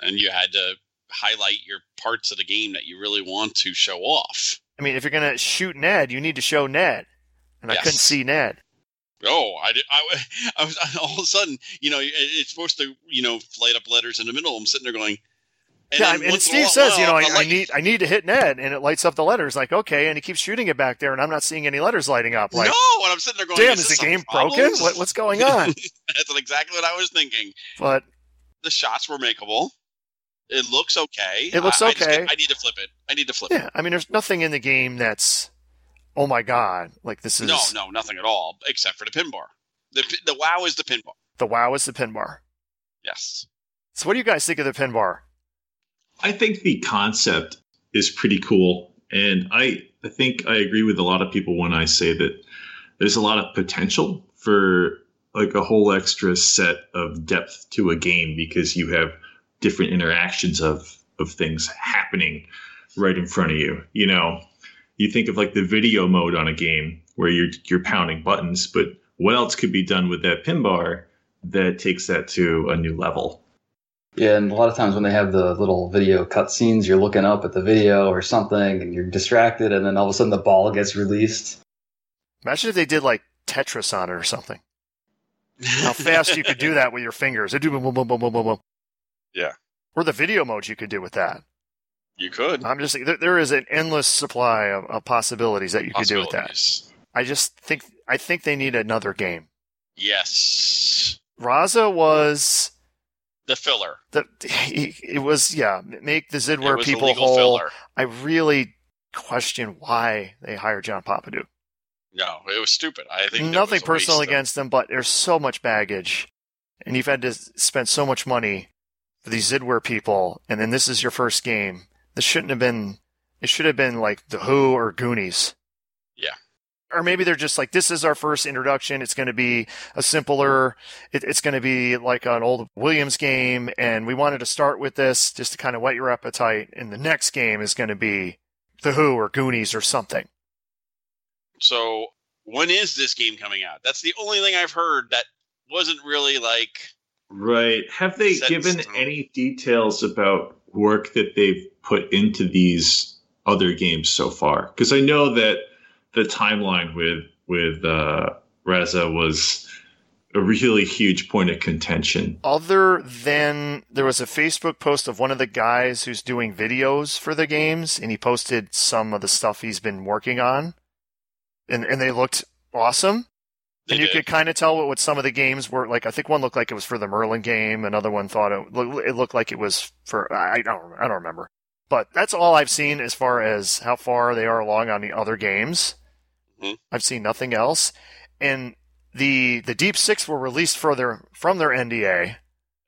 S5: And you had to highlight your parts of the game that you really want to show off.
S4: I mean, if you're gonna shoot Ned, you need to show Ned, and I
S5: Yes.
S4: couldn't see Ned.
S5: Oh, I, did- I, [laughs] I was all of a sudden, you know, it- it's supposed to, you know, light up letters in the middle. I'm sitting there going,
S4: yeah,
S5: then
S4: I mean, and
S5: once in a
S4: Steve
S5: while,
S4: says, you know,
S5: wow,
S4: I,
S5: the
S4: I
S5: light-
S4: need I need to hit Ned, and it lights up the letters. Like, okay, and he keeps shooting it back there, and I'm not seeing any letters lighting up. Like,
S5: no, and I'm sitting there going,
S4: damn,
S5: is,
S4: is
S5: this
S4: the
S5: a
S4: game
S5: problem?
S4: broken? What, what's
S5: [laughs]
S4: going on?
S5: That's exactly what I was thinking.
S4: but
S5: The shots were makeable. It looks okay.
S4: It looks
S5: I- I just
S4: okay.
S5: need- I need to flip it. I need to flip
S4: yeah, I mean, there's nothing in the game that's, oh my god, like this
S5: it.
S4: is
S5: No, no, nothing at all, except for the pin bar. The, pi- the wow is the pin bar.
S4: the wow is the pin bar.
S5: Yes.
S4: So, what do you guys think of the pin bar?
S6: I think the concept is pretty cool. And I, I think I agree with a lot of people when I say that there's a lot of potential for like a whole extra set of depth to a game because you have different interactions of of things happening right in front of you. You know, you think of like the video mode on a game where you're you're pounding buttons, but what else could be done with that pin bar that takes that to a new level?
S7: Yeah, and a lot of times when they have the little video cutscenes, you're looking up at the video or something, and you're distracted, and then all of a sudden the ball gets released.
S4: Imagine if they did like Tetris on it or something. How fast you could do that with your fingers? It'd do boom, boom, boom, boom, boom, boom, boom.
S5: Yeah.
S4: Or the video modes you could do with that.
S5: [laughs] You could.
S4: I'm just there, there is an endless supply of, of possibilities that you could do with that.
S5: Possibilities.
S4: I just think I think they need another game.
S5: Yes.
S4: Raza was
S5: The filler.
S4: the it was yeah make the
S5: it
S4: Zidware
S5: was
S4: people
S5: a legal
S4: whole.
S5: filler.
S4: I really question why they hired John Papadou.
S5: No, it was stupid. I think that
S4: Nothing
S5: was a
S4: personal
S5: waste of-
S4: against them, but there's so much baggage, and you've had to spend so much money for these Zidware people, and then this is your first game. This shouldn't have been. It should have been like the Who or Goonies.
S5: Yeah.
S4: or maybe they're just like this is our first introduction it's going to be a simpler it, it's going to be like an old williams game and we wanted to start with this just to kind of whet your appetite and the next game is going to be the who or goonies or something
S5: So when is this game coming out? That's the only thing I've heard that wasn't really like
S6: Right. Have they
S5: Set in
S6: given
S5: stone.
S6: any details about work that they've put into these other games so far? Because I know that the timeline with with uh, Reza was a really huge point of contention.
S4: other than there was a facebook post of one of the guys who's doing videos for the games and he posted some of the stuff he's been working on and, and they looked awesome
S5: they
S4: and you
S5: did.
S4: could kind of tell what, what some of the games were like. I think one looked like it was for the Merlin game. Another one thought it, loo- it looked like it was for I I don't I don't remember. But that's all I've seen as far as how far they are along on the other games.
S5: Mhm.
S4: I've seen nothing else, and the the Deep Six were released further from their NDA.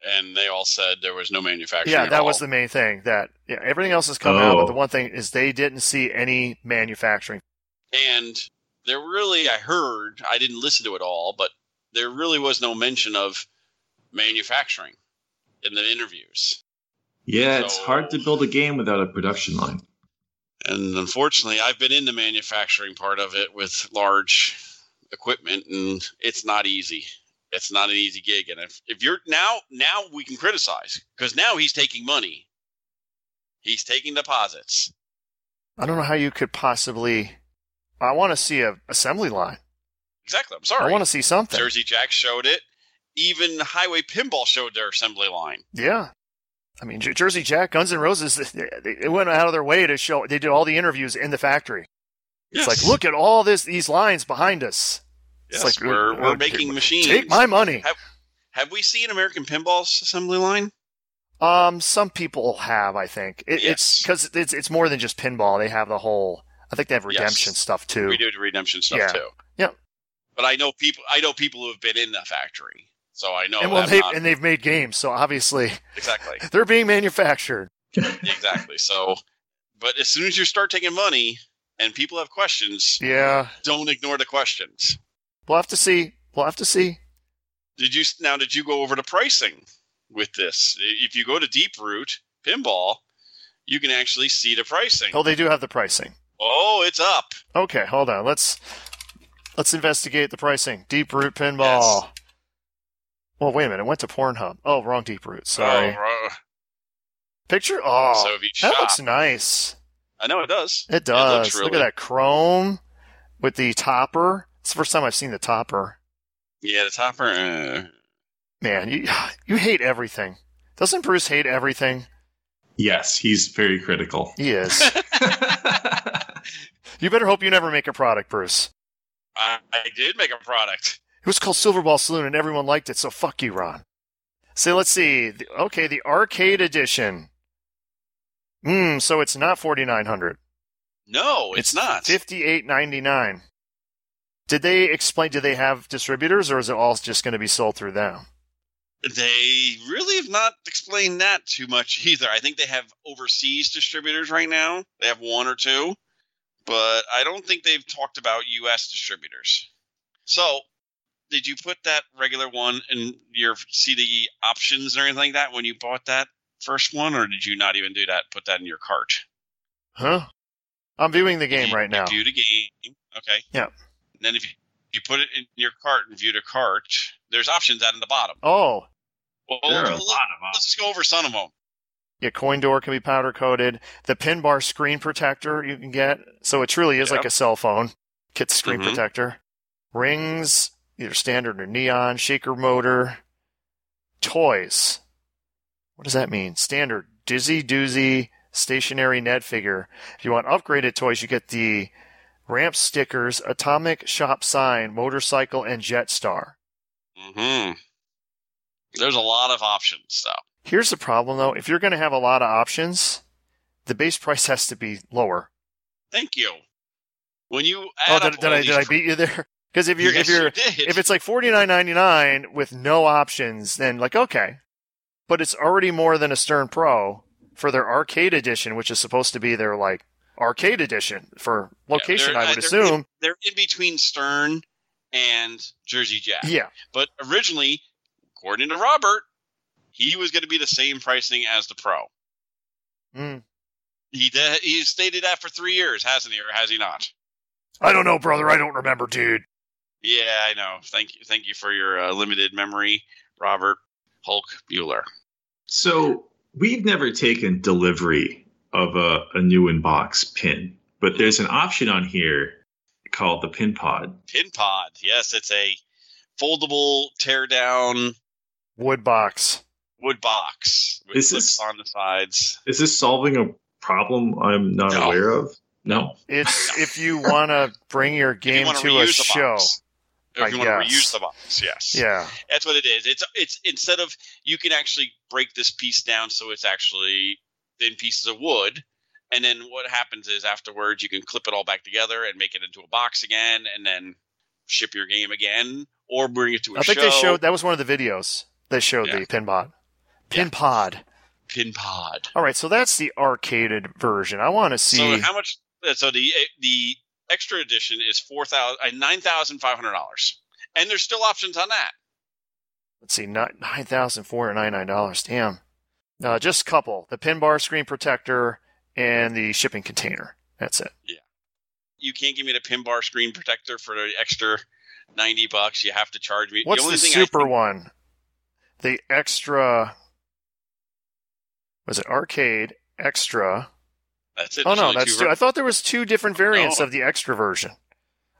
S5: and they all said there was no manufacturing.
S4: yeah,
S5: at
S4: that
S5: all.
S4: was the main thing. That yeah, everything else has come out,
S6: Oh.
S4: but the one thing is they didn't see any manufacturing.
S5: And there really, I heard, I didn't listen to it all, but there really was no mention of manufacturing in the interviews.
S6: Yeah, it's
S5: So-
S6: hard to build a game without a production line.
S5: And unfortunately, I've been in the manufacturing part of it with large equipment, and it's not easy. It's not an easy gig. And if, if you're now, now we can criticize because now he's taking money, he's taking deposits.
S4: I don't know how you could possibly. I want to see a assembly line.
S5: Exactly. I'm sorry.
S4: I want to see something.
S5: Jersey Jack showed it. Even Highway Pinball showed their assembly line.
S4: Yeah. I mean, Jer- Jersey Jack, Guns N' Roses, [laughs] they, they went out of their way to show. They did all the interviews in the factory. It's
S5: Yes.
S4: like, look at all this these lines behind us.
S5: Yes,
S4: it's like,
S5: we're,
S4: uh,
S5: we're
S4: uh,
S5: making
S4: take-
S5: machines.
S4: Take my money.
S5: Have we seen American Pinball's assembly line?
S4: Um, some people have, I think. It, It's
S5: Yes.
S4: because it's it's more than just pinball. They have the whole. I think they have
S5: Yes.
S4: redemption stuff too.
S5: We do the redemption stuff
S4: Yeah.
S5: too.
S4: Yep.
S5: But I know people. I know people who have been in the factory, so I know
S4: and well,
S5: that
S4: they
S5: not-
S4: and they've made games, so obviously [laughs]
S5: exactly,
S4: they're being manufactured.
S5: exactly. So, but as soon as you start taking money and people have questions,
S4: Yeah,
S5: don't ignore the questions.
S4: we'll have to see. We'll have to see.
S5: Did you now? Did you go over the pricing with this? If you go to Deep Root Pinball, you can actually see the pricing.
S4: Oh, they do have the pricing.
S5: Oh, it's up.
S4: Okay, hold on. Let's let's investigate the pricing. Deep root pinball. Well, wait a minute. It went to Pornhub. Oh, wrong deep root. Sorry.
S5: Oh, ro-
S4: Picture. Oh,
S5: So if you
S4: that
S5: shop-
S4: looks nice.
S5: I know it does.
S4: It
S5: looks
S4: does.
S5: really-
S4: Look at that chrome with the topper. It's the first time I've seen the topper.
S5: Yeah, the topper. Uh,
S4: Man, you [sighs] you hate everything. Doesn't Bruce hate everything?
S6: Yes, he's very critical.
S4: He is.
S5: [laughs]
S4: you better hope you never make a product, Bruce.
S5: I, I did make a product.
S4: It was called Silverball Saloon, and everyone liked it. So fuck you, Ron. So let's see. The- Okay, the arcade edition. Hmm. So it's not forty nine hundred.
S5: No, it's, not.
S4: Fifty eight ninety nine. Did they explain? Do they have distributors, or is it all just going to be sold through them?
S5: They really have not explained that too much either. I think they have overseas distributors right now. They have one or two, but I don't think they've talked about U.S. distributors. So, did you put that regular one in your see the options and everything like that when you bought that first one, or did you not even do that? Put that in your cart.
S4: Huh? I'm viewing the game
S5: You-
S4: right
S5: you
S4: now.
S5: View the game. Okay.
S4: Yeah.
S5: And then if you, you put it in your cart and view the cart, there's options down in the bottom.
S4: Oh,
S5: Well,
S6: There are a lot
S5: let's-
S6: of options.
S5: Let's just go over some of them.
S4: yeah. Coin door can be powder coated. The pin bar screen protector you can get. So it truly is
S5: Yeah.
S4: like a cell phone kit screen
S5: Mhm.
S4: protector. Rings, either standard or neon. Shaker motor. Toys. What does that mean? Standard dizzy doozy stationary net figure. If you want upgraded toys, you get the ramp stickers, atomic shop sign, motorcycle, and jet star.
S5: hmm There's a lot of options, though.
S4: Here's the problem though. If you're going to have a lot of options, the base price [laughs] has to be lower.
S5: Thank you. When you
S4: Oh,
S5: add
S4: did,
S5: up
S4: did
S5: all
S4: I
S5: these
S4: did I
S5: cr-
S4: beat you there? [laughs] Because if you're
S5: Yes,
S4: if you're
S5: you did.
S4: if it's like forty nine ninety nine with no options, then like okay, but it's already more than a Stern Pro for their arcade edition, which is supposed to be their like arcade edition for
S5: Yeah,
S4: location.
S5: they're-
S4: I would
S5: they're
S4: assume.
S5: in- they're in between Stern and Jersey Jack.
S4: yeah,
S5: But originally, according to Robert, he was going to be the same pricing as the Pro.
S4: Mm.
S5: He de- he stated that for three years, hasn't he, or has he not?
S4: I don't know, brother. I don't remember, dude.
S5: Yeah, I know. Thank you, thank you for your uh, limited memory, Robert Hulk Bueller.
S6: So we've never taken delivery of a, a new in-box pin, but there's an option on here called the pin pod.
S5: Pin Pod. Yes, it's a foldable teardown
S4: Wood box.
S5: wood box with
S6: Is
S5: clips
S6: this-
S5: on the sides.
S6: Is this solving a problem I'm not
S5: No.
S6: aware of? No.
S5: [laughs]
S4: It's if you want to bring your
S5: If you
S4: game
S5: wanna
S4: to a
S5: reuse the
S4: show.
S5: box. If
S4: I
S5: you want to
S4: guess.
S5: reuse the box, yes.
S4: Yeah.
S5: That's what it is. It's it's instead of you can actually break this piece down so it's actually in pieces of wood, and then what happens is afterwards you can clip it all back together and make it into a box again, and then ship your game again or bring it to a
S4: I think
S5: show.
S4: they showed that was one of the videos they showed
S5: Yeah.
S4: the pin pod.
S5: Yeah.
S4: Pin pod.
S5: Pin Pod.
S4: All right, so that's the arcaded version. I want to see.
S5: So how much? uh, So the the extra edition is four thousand uh, nine thousand five hundred dollars, and there's still options on that.
S4: let's see, not nine thousand four hundred ninety nine dollars. Damn. Uh, just a couple: the pin bar screen protector and the shipping container. That's it.
S5: You can't give me the pin bar screen protector for the extra ninety bucks. You have to charge me.
S4: What's the,
S5: I
S4: super
S5: think-
S4: one? The extra. Was it arcade extra?
S5: That's it.
S4: Oh
S5: There's
S4: no,
S5: only
S4: that's
S5: two
S4: two.
S5: ver-
S4: I thought there was two different variants
S5: No.
S4: of the extra version.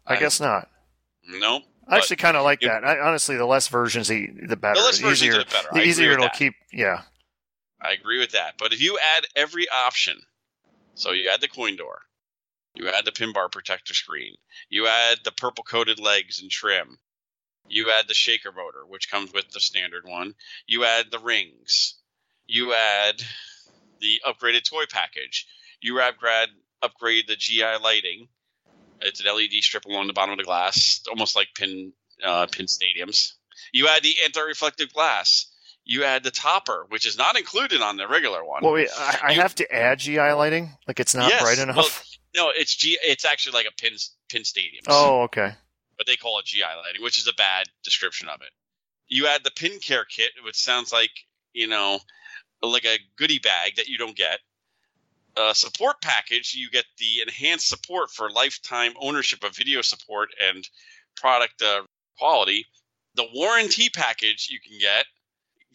S4: I,
S5: I-
S4: guess not.
S5: No.
S4: I actually kind of like
S5: you-
S4: that. I, honestly, the less versions, the, the better.
S5: The less versions
S4: easier,
S5: are better. I
S4: The
S5: agree
S4: easier
S5: with
S4: it'll
S5: that.
S4: keep. Yeah.
S5: I agree with that. But if you add every option, so you add the coin door, you add the pin bar protector screen, you add the purple coated legs and trim, you add the shaker motor, which comes with the standard one, you add the rings, you add the upgraded toy package, you upgrade upgrade the GI lighting. It's an LED strip along the bottom of the glass, almost like pin uh, pin stadiums. You add the anti-reflective glass. You add the topper, which is not included on the regular one.
S4: Well, wait, I, I have to add GI lighting. Like it's not
S5: Yes,
S4: bright
S5: well,
S4: enough.
S5: No, it's G. It's actually like a pin pin stadium.
S4: [laughs] oh, okay.
S5: but they call it GI lighting, which is a bad description of it. You add the pin care kit, which sounds like you know, like a goodie bag that you don't get. Uh, support package, you get the enhanced support for lifetime ownership of video support and product uh, quality. The warranty package you can get.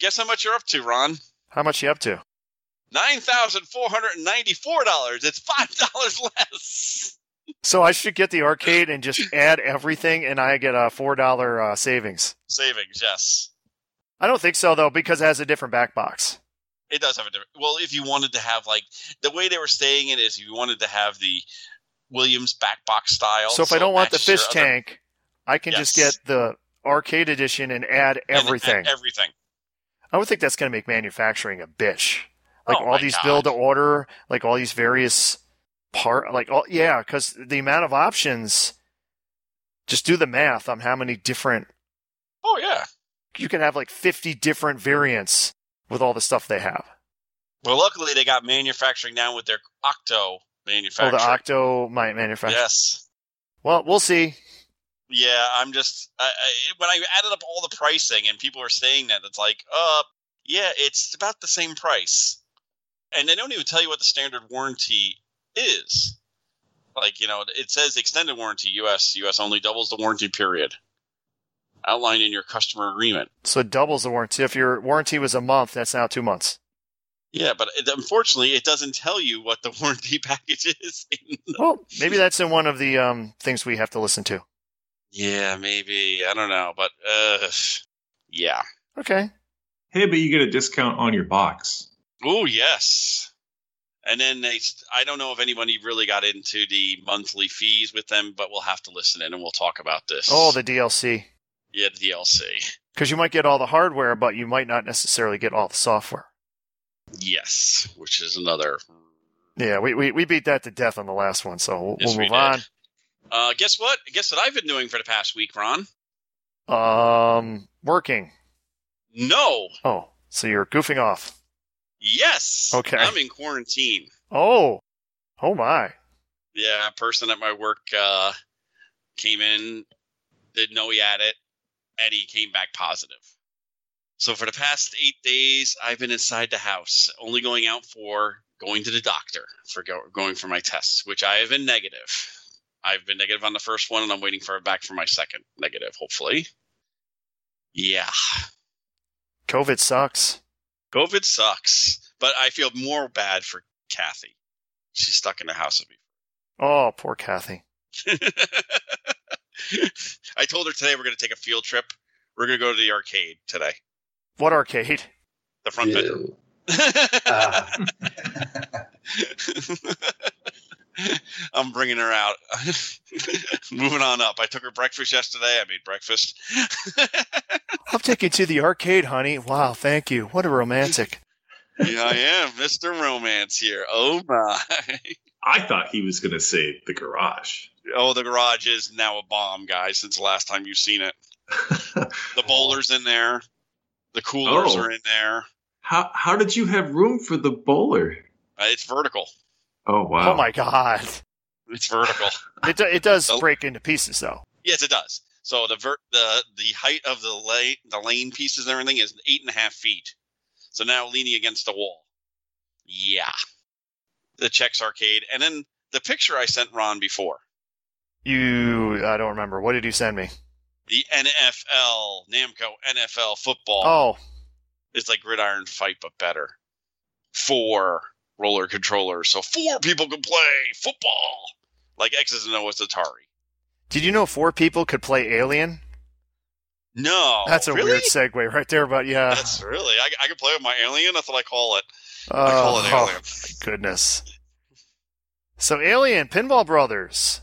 S5: Guess how much you're up to, Ron?
S4: How much you up to?
S5: Nine thousand four hundred and ninety-four dollars. It's five dollars [laughs] less.
S4: So I should get the arcade and
S5: [laughs]
S4: just add everything, and I get a four dollar uh, savings.
S5: Savings, yes.
S4: I don't think so though, because it has a different back box.
S5: It does have a different. Well, if you wanted to have like the way they were staying it is, if you wanted to have the Williams back box style.
S4: So if I don't want the
S5: matches your
S4: fish
S5: other-
S4: tank, I can just
S5: Yes.
S4: get the arcade edition and add
S5: and- and
S4: everything.
S5: everything.
S4: I would think that's going to make manufacturing a bitch. Like
S5: Oh
S4: all
S5: my
S4: these
S5: God.
S4: build to order, like all these various part, like all yeah, because the amount of options. Just do the math on how many different
S5: Oh yeah.
S4: you can have like fifty different variants with all the stuff they have.
S5: Well, luckily they got manufacturing now with their Octo
S4: Oh,
S5: manufacturing.
S4: the Octo might manufacture.
S5: Yes.
S4: Well, we'll see.
S5: Yeah, I'm just I, I, when I added up all the pricing and people are saying that it's like, uh, yeah, it's about the same price, and they don't even tell you what the standard warranty is. Like you know, it says extended warranty U.S. U.S. only doubles the warranty period outlined in your customer agreement.
S4: So it doubles the warranty. If your warranty was a month, that's now two months.
S5: Yeah, but it, unfortunately, it doesn't tell you what the [laughs] warranty package is.
S4: Well, maybe that's in one of the um, things we have to listen to.
S5: yeah, maybe I don't know, but uh, yeah.
S4: Okay.
S6: Hey, but you get a discount on your box.
S5: Oh yes. And then they, st- I don't know if anybody really got into the monthly fees with them, but we'll have to listen in and we'll talk about this.
S4: Oh, the DLC.
S5: yeah, the DLC.
S4: Because you might get all the hardware, but you might not necessarily get all the software.
S5: Yes, which is another.
S4: Yeah, we, we, we beat that to death on the last one, so we'll,
S5: Yes,
S4: we'll
S5: we
S4: move
S5: did.
S4: on.
S5: Uh, guess what? Guess what I've been doing for the past week, Ron?
S4: Um, working.
S5: No.
S4: Oh, so you're goofing off.
S5: Yes.
S4: Okay.
S5: I'm in quarantine.
S4: Oh, oh my.
S5: Yeah, a person at my work uh, came in, didn't know he had it, and he came back positive. So for the past eight days, I've been inside the house, only going out for going to the doctor for go- going for my tests, which I have been negative. I've been negative on the first one, and I'm waiting for back for my second negative, hopefully. Yeah,
S4: COVID sucks.
S5: COVID sucks, but I feel more bad for Kathy. She's stuck in the house with me
S4: Oh, poor Kathy.
S5: [laughs] I told her today we're going to take a field trip. We're going to go to the arcade today,
S4: What arcade?
S5: the front bedroom.
S7: Ew. Ah.
S5: [laughs] I'm bringing her out. [laughs] Moving on up. I took her breakfast yesterday. I made breakfast. [laughs]
S4: I'm taking to the arcade, honey. Wow, thank you. What a romantic.
S5: yeah, I am Mr. Romance here. Oh my! [laughs]
S6: I thought he was going to say the garage.
S5: Oh, the garage is now a bomb, guys. Since the last time you've seen it, the bowlers in there, the coolers
S6: Oh.
S5: are in there.
S6: how how did you have room for the bowler?
S5: Uh, It's vertical.
S6: Oh wow!
S4: Oh my God.
S5: It's vertical.
S4: It, do, it does
S5: Oh.
S4: break into pieces, though.
S5: Yes, it does. So the ver- the the height of the lane the lane pieces and everything is eight and a half feet. So now leaning against the wall. Yeah, the Chex arcade, and then the picture I sent Ron before
S4: You, I don't remember. What did you send me?
S5: the NFL Namco NFL football
S4: Oh,
S5: is like gridiron fight but better for roller controller, so four people could play football. Like X's and O's Atari.
S4: Did you know four people could play Alien?
S5: No,
S4: That's a
S5: Oh, really?
S4: weird uh, segue right there, but yeah.
S5: That's really. I, I could play with my alien. That's what I call it.
S4: Oh,
S5: I call it
S4: oh,
S5: alien.
S4: my goodness. So, Alien, Pinball Brothers.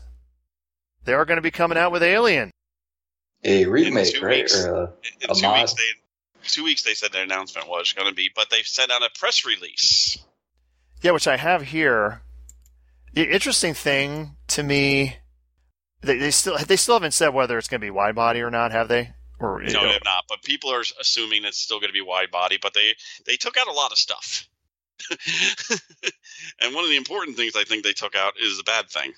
S4: They are going to be coming out with Alien.
S7: A remake,
S5: two
S7: right?
S5: weeks.
S7: Or a,
S5: In
S7: A
S5: two
S7: mod.
S5: weeks, they two weeks they said their announcement was going to be, but they've sent out a press release.
S4: Yeah, which I have here. The interesting thing to me, they, they still they still haven't said whether it's going to be wide body or not, have they? Or
S5: No, they have not. But people are assuming it's still going to be wide body. But they they took out a lot of stuff. [laughs] and one of the important things I think they took out is the bad thing.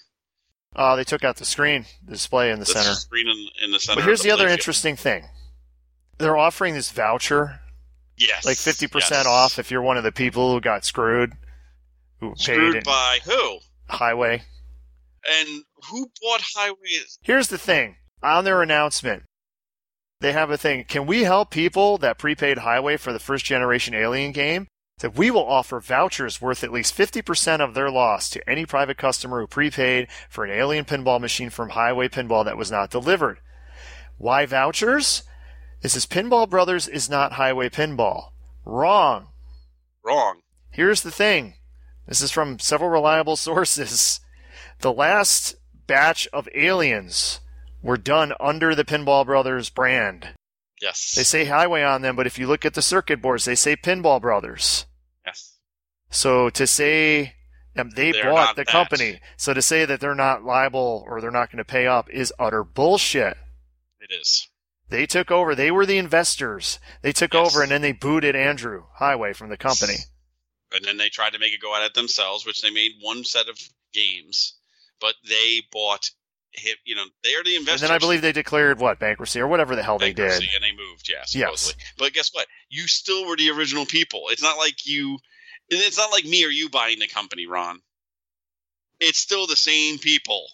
S4: uh, they took out the screen display in the
S5: That's
S4: center.
S5: screen in, in the center.
S4: But
S5: of
S4: here's the other
S5: playfield.
S4: interesting thing. They're offering this voucher,
S5: Yes,
S4: like 50%
S5: yes.
S4: off if you're one of the people who got screwed, who
S5: Screwed
S4: paid in
S5: by who?
S4: highway.
S5: And who bought Highway?
S4: Here's the thing. On their announcement, they have a thing. Can we help people that prepaid highway for the first generation Alien game? That we will offer vouchers worth at least 50% of their loss to any private customer who prepaid for an Alien pinball machine from Highway Pinball that was not delivered. Why vouchers? This is Pinball Brothers is not Highway Pinball. Wrong.
S5: Wrong.
S4: Here's the thing this is from several reliable [laughs] sources. The last batch of aliens were done under the Pinball Brothers brand.
S5: Yes.
S4: They say Highway on them, but if you look at the circuit boards, they say Pinball Brothers.
S5: yes.
S4: So to say um, they
S5: They're
S4: bought
S5: not
S4: the
S5: that.
S4: company, so to say that they're not liable or they're not going to pay up is utter bullshit.
S5: It is.
S4: They took over. They were the investors. They took
S5: Yes.
S4: over and then they booted Andrew Highway from the company.
S5: And then they tried to make it go at it themselves, which they made one set of games, but they bought him. You know, they are the
S4: And
S5: investors.
S4: then I believe they declared what bankruptcy or whatever the hell they did.
S5: bankruptcy, and they moved. Yeah,
S4: Yes.
S5: supposedly. But guess what? You still were the original people. It's not like you. It's not like me or you buying the company, Ron. It's still the same people.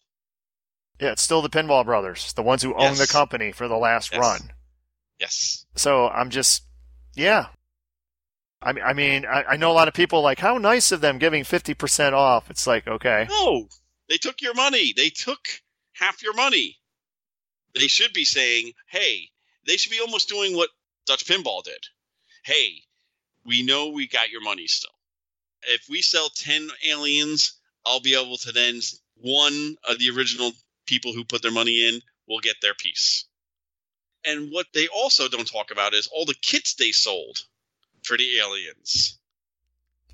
S4: Yeah, it's still the Pinball Brothers, the ones who own the
S5: Yes.
S4: company for the last
S5: Yes.
S4: run.
S5: Yes.
S4: So I'm just, yeah. I mean, I mean, I, I know a lot of people like how nice of them giving fifty percent off. It's like okay,
S5: No, they took your money. They took half your money. They should be saying, hey, they should be almost doing what Dutch Pinball did. Hey, we know we got your money still. If we sell 10 aliens, I'll be able to then, one of the original people who put their money in will get their piece. And what they also don't talk about is all the kits they sold for the aliens.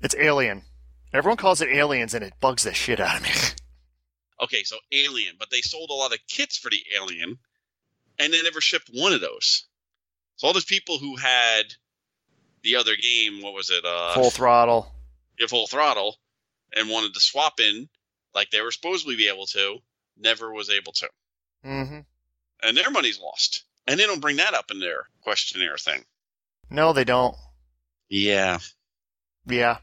S4: it's Alien. Everyone calls it Aliens, and it bugs the shit out of
S5: [laughs]
S4: me.
S5: okay, so Alien, but they sold a lot of kits for the Alien, and they never shipped one of those. So all those people who had the other game, what was it, uh,
S4: Full throttle.
S5: yeah, full throttle, and wanted to swap in, like they were supposed to be able to, never was able to,
S4: hmm
S5: and their money's lost, and they don't bring that up in their questionnaire thing.
S4: No, they don't.
S5: Yeah,
S4: Yeah.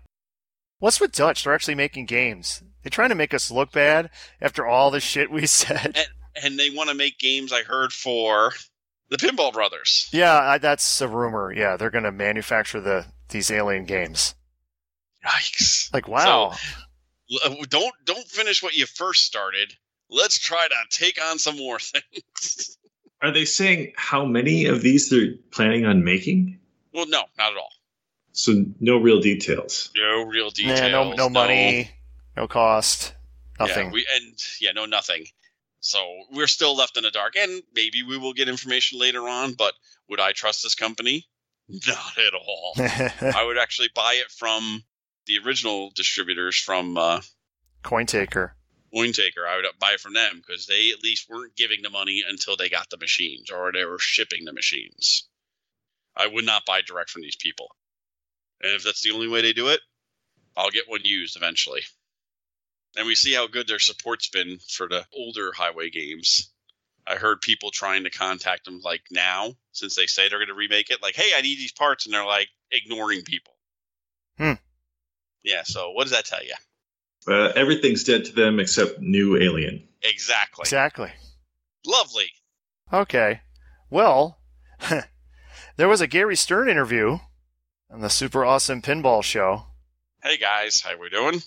S4: What's with Dutch? They're actually making games. They're trying to make us look bad after all the shit we [laughs]
S5: Eh.
S4: said.
S5: and they want to make games. I heard for the Pinball Brothers.
S4: yeah, I, that's a rumor. Yeah, they're gonna manufacture the these Alien games.
S5: Yikes!
S4: Like wow.
S5: So- L- uh, don't don't finish what you first started. Let's try to take on some more [laughs] things.
S6: Are they saying how many of these they're planning on making?
S5: well, no, not at all.
S6: So no real details.
S5: No real details.
S4: Yeah, no, no money, no cost, nothing.
S5: Yeah, we and yeah, no nothing. So we're still left in the dark, and maybe we will get information later on. But would I trust this company? Not at all. I would actually buy it from the original distributors from uh,
S4: Coin taker.
S5: Cointaker. I would buy it from them because they at least weren't giving the money until they got the machines or they were shipping the machines. I would not buy direct from these people. And if that's the only way they do it, I'll get one used eventually. And we see how good their support's been for the older highway games. I heard people trying to contact them like now, since they say they're going to remake it, like, hey, I need these parts. And they're like ignoring people.
S4: Hmm.
S5: Yeah, so what does that tell you?
S6: Uh, everything's dead to them except new alien.
S5: Exactly.
S4: Exactly.
S5: Lovely.
S4: Okay. Well, [laughs] there was a Gary Stern interview on the Super Awesome Pinball Show
S5: Hey guys, how we
S4: [laughs]
S5: doing?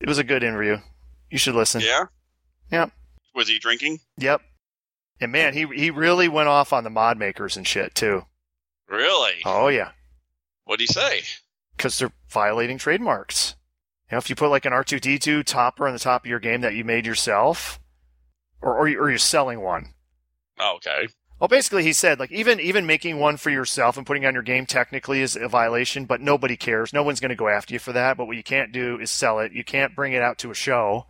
S4: It was a good interview. You should listen.
S5: Yeah.
S4: Yeah.
S5: Was he drinking?
S4: Yep. And man, he he really went off on the mod makers and shit too.
S5: Really?
S4: Oh yeah,
S5: What'd he say?
S4: because they're violating trademarks. You know, if you put like an R two D two topper on the top of your game that you made yourself, or or, you- or you're selling one.
S5: Oh, okay.
S4: Well, basically, he said like even even making one for yourself and putting it on your game technically is a violation, but nobody cares. No one's going to go after you for that. But what you can't do is sell it. You can't bring it out to a show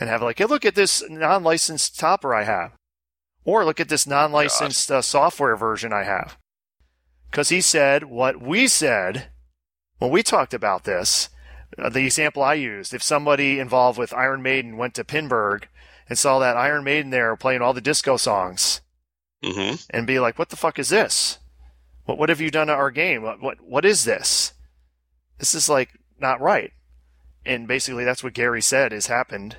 S4: and have like, hey, look at this non-licensed topper I have, or look at this non-licensed uh, software version I have. Because he said what we said when we talked about this. Uh, the example I used: if somebody involved with Iron Maiden went to Pinburg and saw that Iron Maiden there playing all the disco songs
S5: Mm-hmm.
S4: and be like, "What the fuck is this? What what have you done to our game? What what, what is this? This is like not right." And basically, that's what Gary said has happened.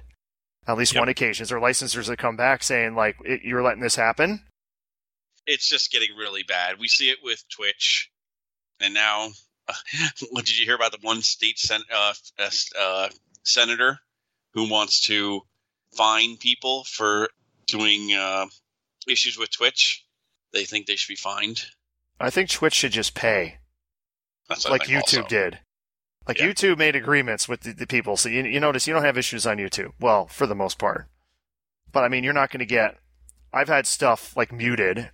S4: At least
S5: Yep.
S4: one occasion, there are licensors that come back saying like, "It- "You're letting this happen."
S5: It's just getting really bad. We see it with Twitch, and now, [laughs] what did you hear about the one state sen- uh, uh, uh, senator who wants to fine people for doing uh, issues with Twitch? They think they should be fined.
S4: I think Twitch should just pay,
S5: That's what I
S4: like
S5: think
S4: YouTube
S5: also. [laughs]
S4: did. Like
S5: Yeah.
S4: YouTube made agreements with the, the people, so you, you notice you don't have issues on YouTube. Well, for the most part, but I mean, you're not going to get. I've had stuff like muted,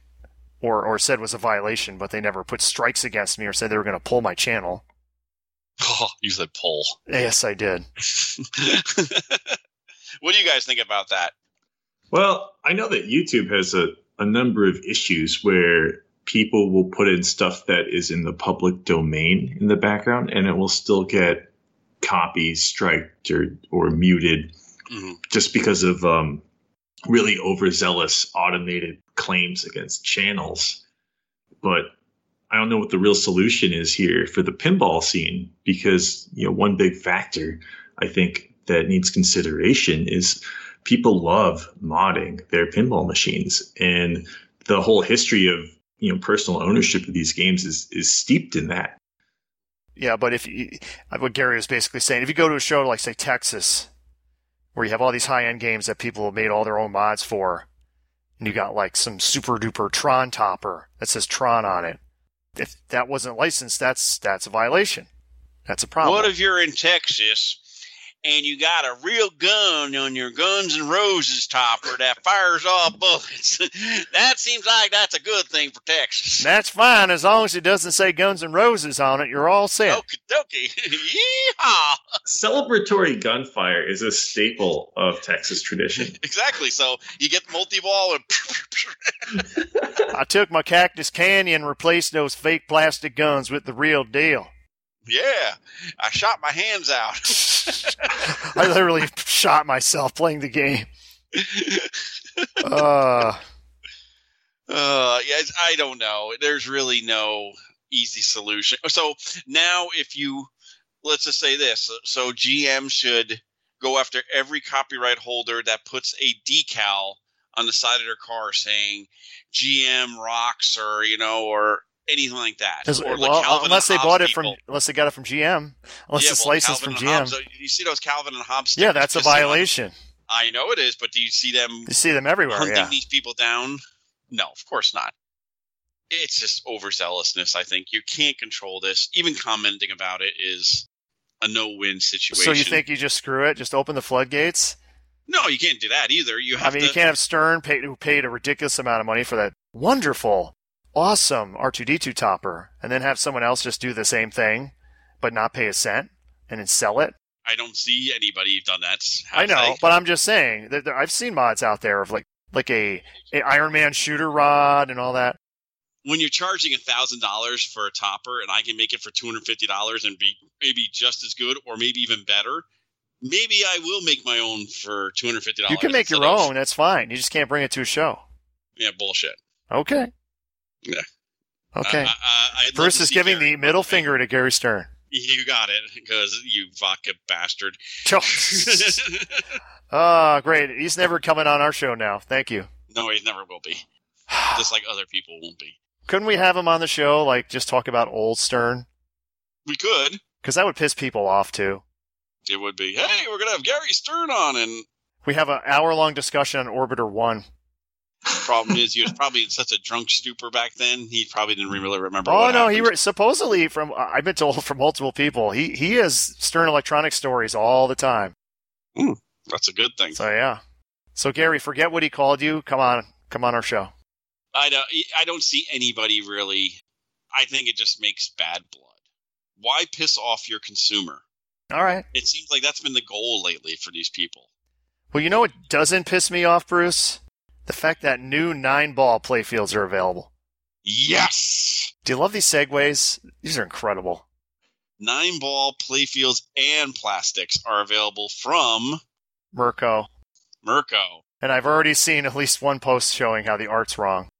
S4: or or said was a violation, but they never put strikes against me or said they were going to pull my channel.
S5: Oh, you said poll. [laughs]
S4: Yes, I did.
S5: what do you guys think about that?
S6: Well, I know that YouTube has a, a number of issues where people will put in stuff that is in the public domain in the background and it will still get copied, striked, or, or muted
S5: Mhm.
S6: just because of um, really overzealous automated claims against channels. But I don't know what the real solution is here for the pinball scene because you know one big factor I think that needs consideration is people love modding their pinball machines and the whole history of you know personal ownership of these games is is steeped in that.
S4: Yeah, but if you, uh, what Gary was basically saying, if you go to a show like say Texas, where you have all these high end games that people have made all their own mods for, and you got like some super duper Tron topper that says Tron on it, if that wasn't licensed, that's that's a violation. That's a problem.
S5: What if you're in Texas and you got a real gun on your Guns and Roses topper that fires off bullets? [laughs] that seems like that's a good thing for Texas.
S4: that's fine as long as it doesn't say Guns and Roses on it. You're all set.
S5: Okie dokie. [laughs] Yeehaw.
S6: Celebratory gunfire is a staple of Texas tradition.
S5: Exactly. So you get the multi ball and [laughs]
S4: I took my Cactus Canyon and replaced those fake plastic guns with the real deal.
S5: yeah, I shot my hands out. [laughs]
S4: I literally [laughs] shot myself playing the game. Uh,
S5: Uh, yeah, it's- I don't know. There's really no easy solution. So now, if you let's just say this, so GM should go after every copyright holder that puts a decal on the side of their car saying "GM rocks" or you know, or anything like that.
S4: As-
S5: or like
S4: well,
S5: Calvin and
S4: unless they
S5: Hobbes
S4: bought it
S5: people.
S4: from, unless they got it from GM, unless
S5: Yeah,
S4: it's
S5: well,
S4: licensed
S5: Calvin
S4: from
S5: and Hobbes,
S4: GM.
S5: uh, you see those Calvin and Hobbes?
S4: yeah,
S5: stickers
S4: that's a
S5: pissing on-
S4: violation.
S5: I know it is, but do you see them
S4: You see them everywhere.
S5: hunting
S4: Yeah,
S5: these people down? No, of course not. It's just overzealousness, I think. You can't control this. Even commenting about it is a no win situation.
S4: so you think you just screw it? Just open the floodgates?
S5: No, you can't do that either. You
S4: I
S5: have
S4: mean,
S5: to
S4: you can't have Stern paid, who paid a ridiculous amount of money for that wonderful, awesome R2D2 topper, and then have someone else just do the same thing, but not pay a cent and then sell it.
S5: I don't see anybody who've done that.
S4: I
S5: have
S4: know,
S5: they?
S4: but I'm just saying that there, I've seen mods out there of like like a, a Iron Man shooter rod and all that.
S5: When you're charging thousand dollars for a topper and I can make it for two hundred and fifty dollars and be maybe just as good or maybe even better, maybe I will make my own for two hundred and fifty dollars.
S4: You can make your own. That's fine. You just can't bring it to a show.
S5: Yeah, bullshit.
S4: Okay.
S5: Yeah.
S4: Okay.
S5: I- I- I- I'd love
S4: Bruce
S5: to
S4: is
S5: see
S4: giving
S5: Gary
S4: the middle
S5: fucking-
S4: finger to Gary
S5: [laughs]
S4: Stern.
S5: You got it, because you vodka
S4: [laughs]
S5: bastard. [laughs]
S4: Ah, great. He's never coming on our show now. Thank you.
S5: no, he never will be. Just like other people won't be.
S4: Couldn't we have him on the show, like just talk about old Stern?
S5: We could.
S4: because that would piss people off too.
S5: It would be, hey, we're gonna have Gary Stern on, and
S4: We have an hour long discussion on Orbiter 1.
S5: the problem is he was probably in such a drunk stupor back then. He probably didn't really remember.
S4: Oh
S5: what
S4: no, he
S5: happened.
S4: re- supposedly from I've been told [laughs] from multiple people he he has Stern Electronic stories all the time.
S5: That's a good thing.
S4: So yeah, so Gary, forget what he called you. Come on, come on our show.
S5: I don't. I don't see anybody really. I think it just makes bad blood. Why piss off your consumer?
S4: All right.
S5: It seems like that's been the goal lately for these people.
S4: Well, you know what doesn't piss me off, Bruce? The fact that new nine ball playfields are available.
S5: Yes,
S4: Do you love these segues? These are incredible.
S5: nine ball playfields and plastics are available from
S4: Mirko.
S5: Merco.
S4: And I've already seen at least one post showing how the art's wrong. [laughs]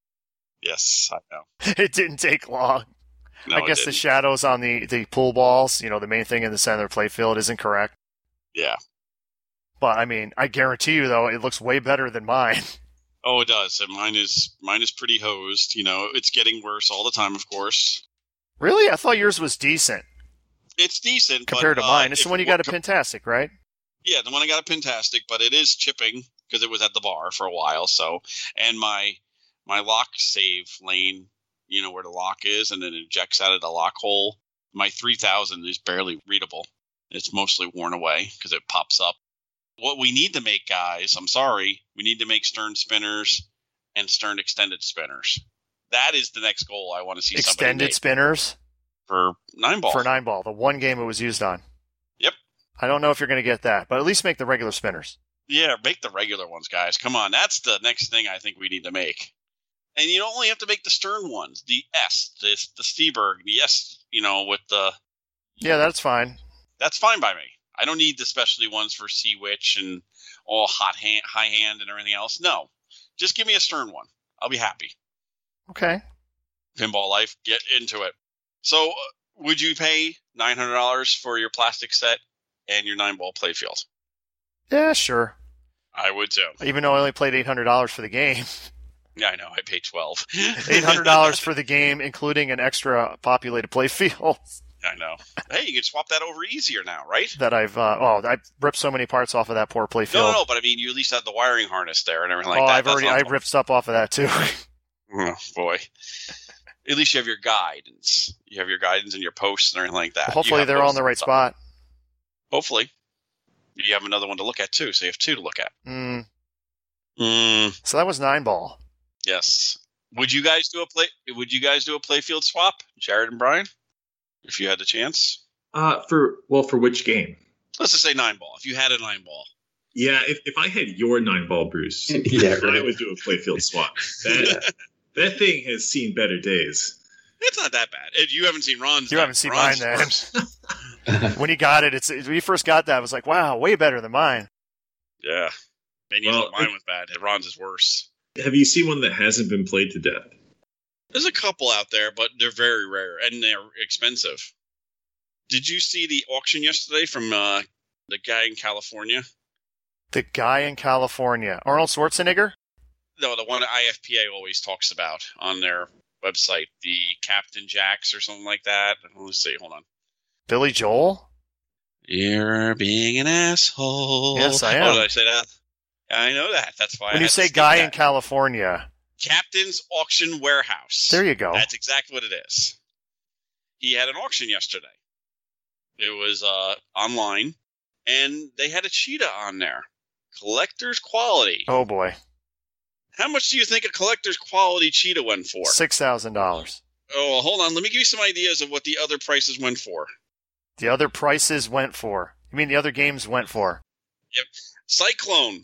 S5: Yes, I know.
S4: It didn't take long.
S5: No,
S4: I
S5: it
S4: guess the
S5: didn't.
S4: shadows on the, the pool balls, you know, the main thing in the center of the playfield isn't correct.
S5: yeah.
S4: But I mean, I guarantee you though, it looks way better than mine. [laughs]
S5: Oh, it does. And mine is mine is pretty hosed. You know, it's getting worse all the time. Of course,
S4: Really? I thought yours was decent
S5: it's decent
S4: compared
S5: but,
S4: to
S5: uh,
S4: mine. It's the
S5: if
S4: one you
S5: one
S4: got a Pentastic, right?
S5: Yeah, the one I got a Pentastic, but it is chipping because it was at the bar for a while. So, and my my lock save lane, you know where the lock is, and then it ejects out of the lock hole. My three thousand is barely readable. It's mostly worn away because it pops up. What we need to make, guys, I'm sorry, we need to make stern spinners and stern extended spinners. That is the next goal I want to see somebody
S4: Extended
S5: make
S4: spinners
S5: for nine ball.
S4: for nine ball, the one game it was used on.
S5: Yep.
S4: I don't know if you're going to get that, but at least make the regular spinners.
S5: Yeah, make the regular ones, guys. Come on, that's the next thing I think we need to make. And you don't only have to make the stern ones, the S, the the Seaberg, the S. You know, with the
S4: Yeah, that's fine.
S5: that's fine by me. I don't need the specialty ones for Sea Witch and all hot hand, high hand, and everything else. No, just give me a stern one. I'll be happy.
S4: Okay.
S5: Pinball life, get into it. So, uh, would you pay nine hundred dollars for your plastic set and your nine ball playfield?
S4: Yeah, sure.
S5: I would too.
S4: Even though I only paid eight hundred dollars for the
S5: [laughs]
S4: game,
S5: Yeah, I know. I paid twelve.
S4: eight hundred dollars for the game, including an extra populated playfield
S5: I know. Hey, you can swap that over easier now, right?
S4: [laughs] that I've. Uh, oh, I ripped so many parts off of that poor playfield.
S5: No, no, no, but I mean, you at least had the wiring harness there and everything like
S4: oh,
S5: that.
S4: I've
S5: That's
S4: already
S5: not
S4: I
S5: fun.
S4: ripped stuff off of that [laughs] too.
S5: [laughs] Oh, boy. At least you have your guidance. You have your guidance and your posts and everything like that. You
S4: Hopefully
S5: have
S4: they're
S5: those
S4: on the right
S5: stuff.
S4: spot.
S5: Hopefully. You have another one to look at too, so you have two to look at.
S4: Mm.
S5: Mm,
S4: So that was nine ball.
S5: yes. Would you guys do a play? Would you guys do a playfield swap, Jared and Brian, if you had the chance?
S6: Uh, for well, for which game?
S5: Let's just say nine ball. If you had a nine ball,
S6: Yeah, if, if I had your nine ball, Bruce,
S7: [laughs] yeah,
S6: I
S7: right.
S6: would do a playfield swap. That that thing has seen better days.
S5: it's not that bad. If you haven't seen Ron's,
S4: You
S5: then
S4: haven't seen
S5: Ron's
S4: mine then.
S5: first.
S4: When he got it, it's when he first got that, I was like, wow, way better than mine.
S5: Yeah. And you
S6: Well,
S5: know mine
S6: it-
S5: was bad. and Ron's is worse.
S6: Have you seen one that hasn't been played to death?
S5: There's a couple out there, but they're very rare and they're expensive. Did you see the auction yesterday from uh, the guy in California?
S4: The guy in California, Arnold Schwarzenegger.
S5: No, the one IFPA always talks about on their website, the Captain Jacks or something like that. Let's see. Hold on.
S4: Billy Joel?
S5: You're being an asshole.
S4: Yes, I
S5: Oh,
S4: am.
S5: did I say that? I know that. That's why. I
S4: When you
S5: had to
S4: say
S5: skip
S4: guy
S5: that.
S4: in California,
S5: Captain's Auction Warehouse.
S4: there you go.
S5: That's exactly what it is. He had an auction yesterday. It was uh, online, and they had a cheetah on there. Collector's quality.
S4: Oh boy,
S5: How much do you think a collector's quality cheetah went for?
S4: six thousand dollars.
S5: Oh, hold on. Let me give you some ideas of what the other prices went for.
S4: The other prices went for. You mean the other games went for?
S5: Cyclone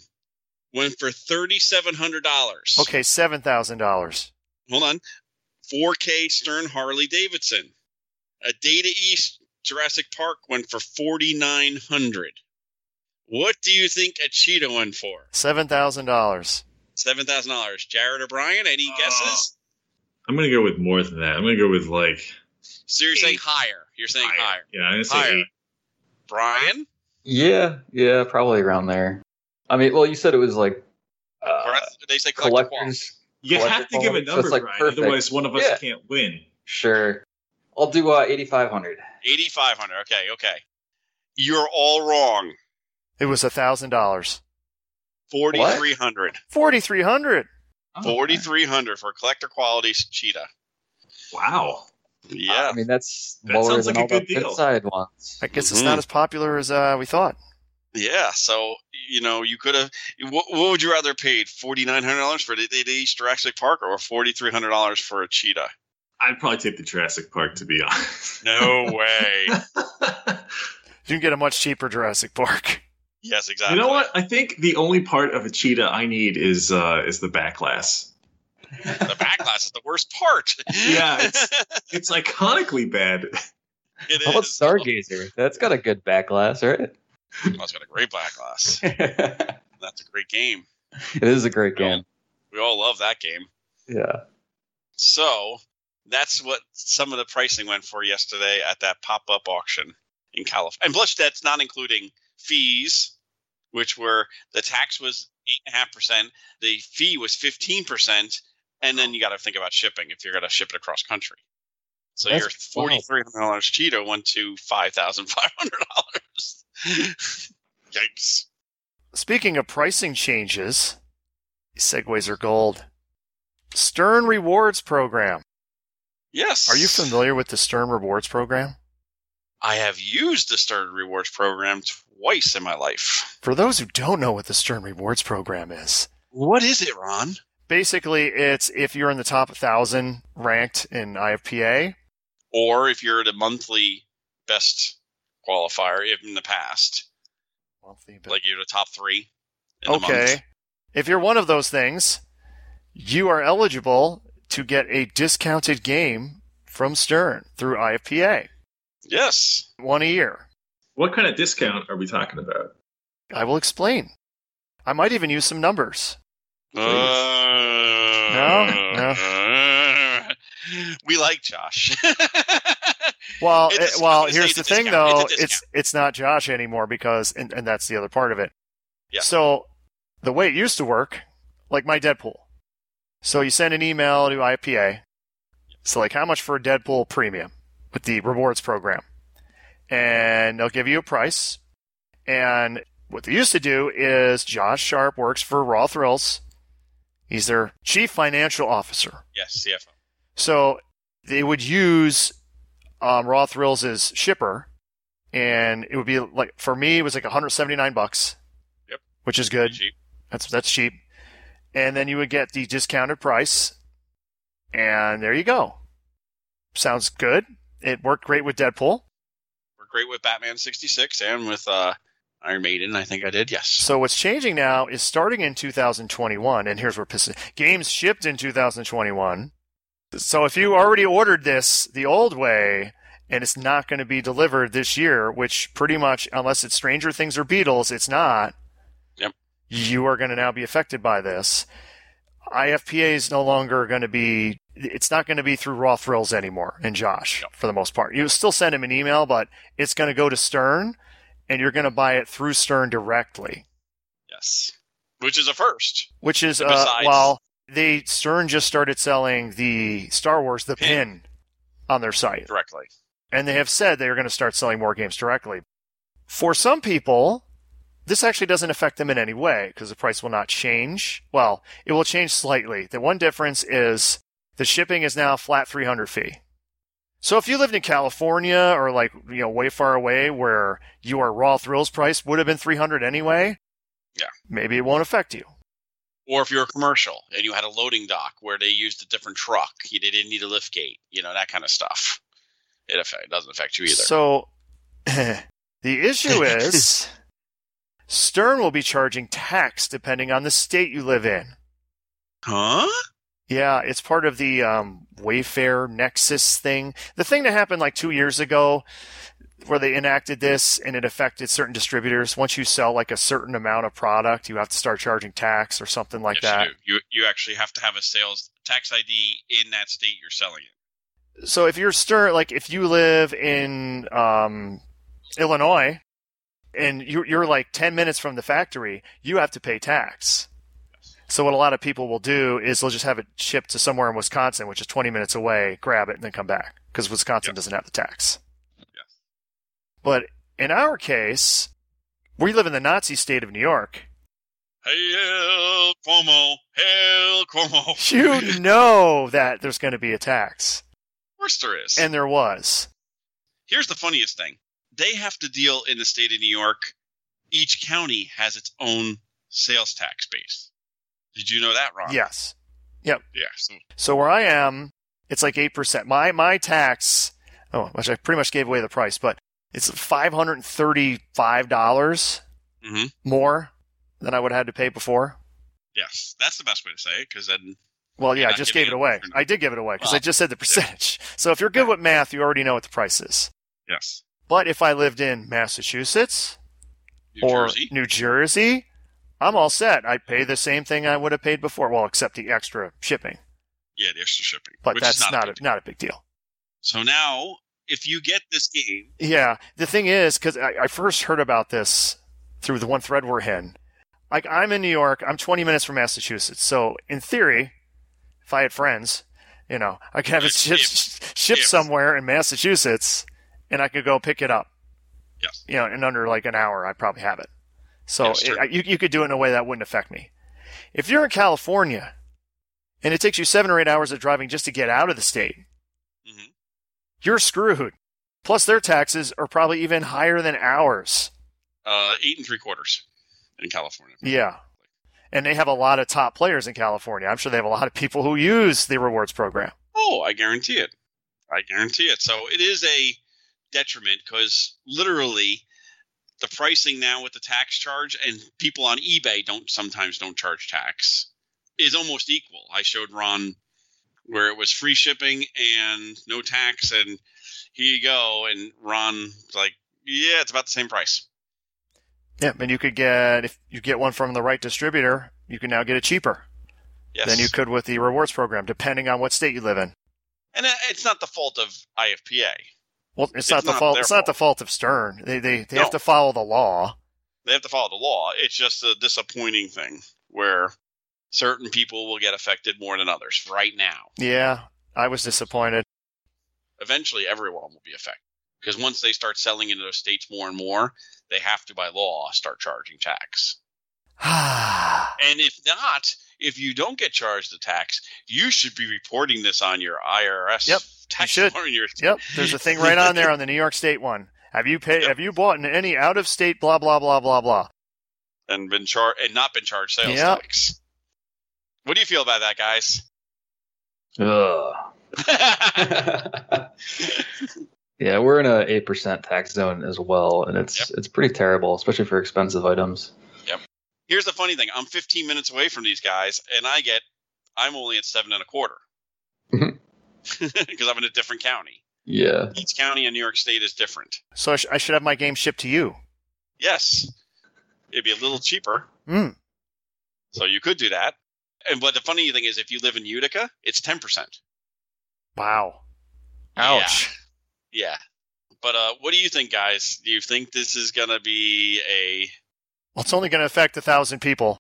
S5: went for thirty-seven hundred dollars.
S4: Okay, seven thousand dollars.
S5: Hold on. 4K Stern Harley Davidson. A Data East Jurassic Park went for 4900 What do you think a cheetah went for?
S4: Seven thousand dollars.
S5: $7,000. Jared O'Brien, any guesses?
S6: I'm gonna go with more than that. I'm gonna go with like
S5: So you're saying higher. You're saying higher.
S6: Yeah, I'm gonna say
S5: Higher.
S6: eight.
S5: Brian?
S7: Yeah, yeah, probably around there. I mean, well, you said it was like uh,
S5: Correct? they say collector quality.
S7: collectors.
S6: You have to give a
S7: So
S6: number,
S7: it's like
S6: Brian.
S7: perfect.
S6: Otherwise, one of us
S7: Yeah.
S6: can't win.
S7: Sure. I'll do uh, 8,500.
S5: 8,500. Okay, okay. You're all wrong.
S4: It was a thousand dollars.
S5: 4,300.
S4: Forty three hundred.
S7: Oh,
S5: 4,300 for collector quality cheetah.
S6: Wow.
S5: Yeah.
S7: I mean, that's
S6: That
S7: lower
S6: sounds
S7: than
S6: like
S7: all
S6: a
S7: the
S6: good deal.
S7: good side ones.
S4: I guess it's
S5: Mhm.
S4: not as popular as uh, we thought.
S5: Yeah, so you know you could have. What, what would you rather paid forty nine hundred dollars for the, the, the Jurassic Park or forty three hundred dollars for a cheetah?
S6: I'd probably take the Jurassic Park to be [laughs] honest.
S5: No
S6: [laughs]
S5: way.
S4: You can get a much cheaper Jurassic Park. [laughs]
S5: yes, exactly.
S6: you know what? I think the only part of a cheetah I need is uh, is the back glass.
S5: The backlash is the worst part.
S6: Yeah, it's- It's iconically bad.
S5: [laughs]
S6: [laughs]
S5: it
S7: How about
S5: is.
S7: Stargazer? That's got a good back
S5: [laughs]
S7: glass, right?
S5: Oh, it's got a great backlash.
S7: it
S5: That's a great game.
S7: is a great game.
S5: We all love that game.
S7: Yeah.
S5: So that's what some of the pricing went for yesterday at that pop up auction in California. And plus, that's not including fees, which were the tax was eight and a half percent, the fee was fifteen percent, and then you got to think about shipping if you're going to ship it across country. So
S7: That's-
S5: your forty three hundred dollars Cheeto went to five thousand five hundred dollars. [laughs] Yikes!
S4: Speaking of pricing changes, segways are gold. Stern Rewards Program.
S5: Yes.
S4: Are you familiar with the Stern Rewards Program?
S5: I have used the Stern Rewards program twice in my life.
S4: For those who don't know what the Stern Rewards Program is,
S5: What is it, Ron?
S4: basically it's if you're in the top 1,000 ranked in IFPA,
S5: or if you're the monthly best qualifier if in the past,
S4: monthly,
S5: like you're the top three. In The month.
S4: Okay. If you're one of those things, you are eligible to get a discounted game from Stern through IFPA,
S5: Yes.
S4: one a year.
S6: What kind of discount are we talking about?
S4: I will explain. I might even use some numbers.
S5: Uh, [laughs] We like Josh. [laughs]
S4: Well,
S5: It
S4: eh,
S5: is- I
S4: well,
S5: was gonna
S4: here's
S5: say
S4: the
S5: it's a
S4: thing
S5: discount.
S4: though,
S5: It's a
S4: it's it's not Josh anymore because and, and that's the other part of it.
S5: Yeah.
S4: So the way it used to work, like my Deadpool. So you send an email to IPA. So like how much for a Deadpool premium with the rewards program? And they'll give you a price. And what they used to do is Josh Sharp works for Raw Thrills. He's their chief financial officer.
S5: yes, CFO.
S4: So they would use um, Raw Thrills as shipper, and it would be like for me it was like 179 bucks.
S5: Yep.
S4: Which is good.
S5: Cheap.
S4: That's that's cheap. And then you would get the discounted price, and there you go. Sounds good. It worked great with Deadpool.
S5: We're great with Batman 66 and with uh, Iron Maiden. I think I did. Yes.
S4: So what's changing now is starting in 2021, and here's where pisses. Games shipped in 2021. So if you already ordered this the old way, and it's not going to be delivered this year, which pretty much, unless it's Stranger Things or Beatles, it's not.
S5: Yep.
S4: You are going to now be affected by this. IFPA is no longer going to be. It's not going to be through Raw Thrills anymore, and Josh, for the most part, you still send him an email, but it's going to go to Stern, and you're going to buy it through Stern directly
S5: Yes. Which is a first.
S4: which is
S5: And
S4: uh,
S5: besides-
S4: well, they Stern just started selling the Star Wars the pin on their site,
S5: Directly.
S4: and they have said they are going to start selling more games directly. For some people, this actually doesn't affect them in any way because the price will not change. Well, it will change slightly. The one difference is the shipping is now a flat 300 fee. So if you lived in California or like you know way far away where your raw thrills price would have been 300 anyway,
S5: Yeah.
S4: maybe it won't affect you.
S5: Or if you're a commercial and you had a loading dock where they used a different truck, you they didn't need a lift gate, you know, that kind of stuff. It, affect, it doesn't affect you either.
S4: So [laughs] the
S5: [laughs]
S4: issue is Stern will be charging tax depending on the state you live in.
S5: Huh?
S4: Yeah, it's part of the um, Wayfair Nexus thing. The thing that happened like two years ago where they enacted this and it affected certain distributors. Once you sell like a certain amount of product, you have to start charging tax or something like that.
S5: You, do. you you actually have to have a sales tax ID in that state you're selling it.
S4: So if you're Stern, like if you live in um, Illinois and you, you're like 10 minutes from the factory, you have to pay tax. So what a lot of people will do is they'll just have it shipped to somewhere in Wisconsin, which is 20 minutes away, grab it, and then come back. because Wisconsin doesn't have the tax.
S5: Yes.
S4: But in our case, we live in the Nazi state of New York.
S5: Hail Cuomo!
S4: [laughs]
S5: Hail Cuomo!
S4: You know that there's going to be a tax,
S5: Of course there is.
S4: and there was.
S5: here's the funniest thing they have to deal in the state of New York. Each county has its own sales tax base. Did you know that, Ron?
S4: Yes.
S5: Yeah. So
S4: So where I am, it's like eight percent. My my tax. Oh, which I pretty much gave away the price, but it's five hundred and thirty-five dollars
S5: Mhm.
S4: more than I would have had to pay before.
S5: yes, that's the best way to say it because then
S4: Well, yeah,
S5: You're
S4: I
S5: not
S4: just
S5: giving
S4: gave it
S5: it Ah,
S4: away.
S5: up.
S4: I did give it away because I
S5: Well,
S4: just said the percentage. [laughs] So if you're good with math, you already know what the price is.
S5: yes,
S4: But if I lived in Massachusetts
S5: New
S4: or
S5: Jersey.
S4: New Jersey, I'm all set. I pay the same thing I would have paid before. Well, except the extra shipping,
S5: Yeah, the extra shipping.
S4: but
S5: which is
S4: that's not
S5: a big
S4: a, not a big deal.
S5: So now, if you get this game,
S4: Yeah, the thing is, because I, I first heard about this through the one thread we're in. Like, I'm in New York. I'm 20 minutes from Massachusetts. So, in theory, if I had friends, you know, I could have it
S5: Yeah,
S4: shipped, shipped
S5: yeah.
S4: somewhere in Massachusetts, and I could go pick it up.
S5: Yes.
S4: You know, in under like an hour, I'd probably have it. So
S5: Yes,
S4: it,
S5: true.
S4: I- you you could do it in a way that wouldn't affect me. If you're in California, and it takes you seven or eight hours of driving just to get out of the state,
S5: Mhm.
S4: you're screwed. Plus, their taxes are probably even higher than ours.
S5: uh, eight and three quarters in California.
S4: Yeah. And they have a lot of top players in California. I'm sure they have a lot of people who use the rewards program.
S5: Oh, I guarantee it. I guarantee it. So it is a detriment because literally the pricing now with the tax charge and people on eBay don't sometimes don't charge tax is almost equal. I showed Ron where it was free shipping and no tax and here you go and Ron's like, "Yeah, it's about the same price."
S4: Yeah. And you could get, if you get one from the right distributor, you can now get it cheaper
S5: Yes.
S4: than you could with the rewards program, depending on what state you live in.
S5: And uh, it's not the fault of IFPA.
S4: Well, it's, not the
S5: not
S4: fault.
S5: their
S4: It's not the fault of Stern. They they, they
S5: No.
S4: have to follow the law.
S5: they have to follow the law. It's just a disappointing thing where certain people will get affected more than others right now.
S4: Yeah, I was disappointed. [sighs]
S5: Eventually, everyone will be affected because once they start selling into those states more and more, they have to, by law, start charging tax.
S4: Ah.
S5: And if not, if you don't get charged the tax, you should be reporting this on your IRS
S4: Yep,
S5: tax [laughs]
S4: should.
S5: form, your-
S4: Yep, there's a
S5: [laughs]
S4: thing right on there on the New York State one. Have you paid?
S5: Yep.
S4: Have you bought in any out of state? Blah blah blah blah blah.
S5: and been char- and not been charged sales
S4: Yep.
S5: tax. What do you feel about that, guys? [laughs]
S7: Ugh. [laughs] yeah, we're in a eight percent tax zone as well, and it's it's pretty terrible, especially for expensive items.
S5: here's the funny thing i'm 15 minutes away from these guys and i get i'm only at seven and a quarter [laughs]
S7: Mhm.
S5: because i'm in a different county
S7: Yeah,
S5: each county in new york state is different
S4: So I, sh- I should have my game shipped to you.
S5: yes it'd be a little cheaper
S4: Hmm.
S5: so you could do that and but the funny thing is if you live in utica it's 10%
S4: Wow.
S5: yeah, yeah. but uh, what do you think guys do you think this is gonna be a
S4: Well, it's only going to affect a thousand people.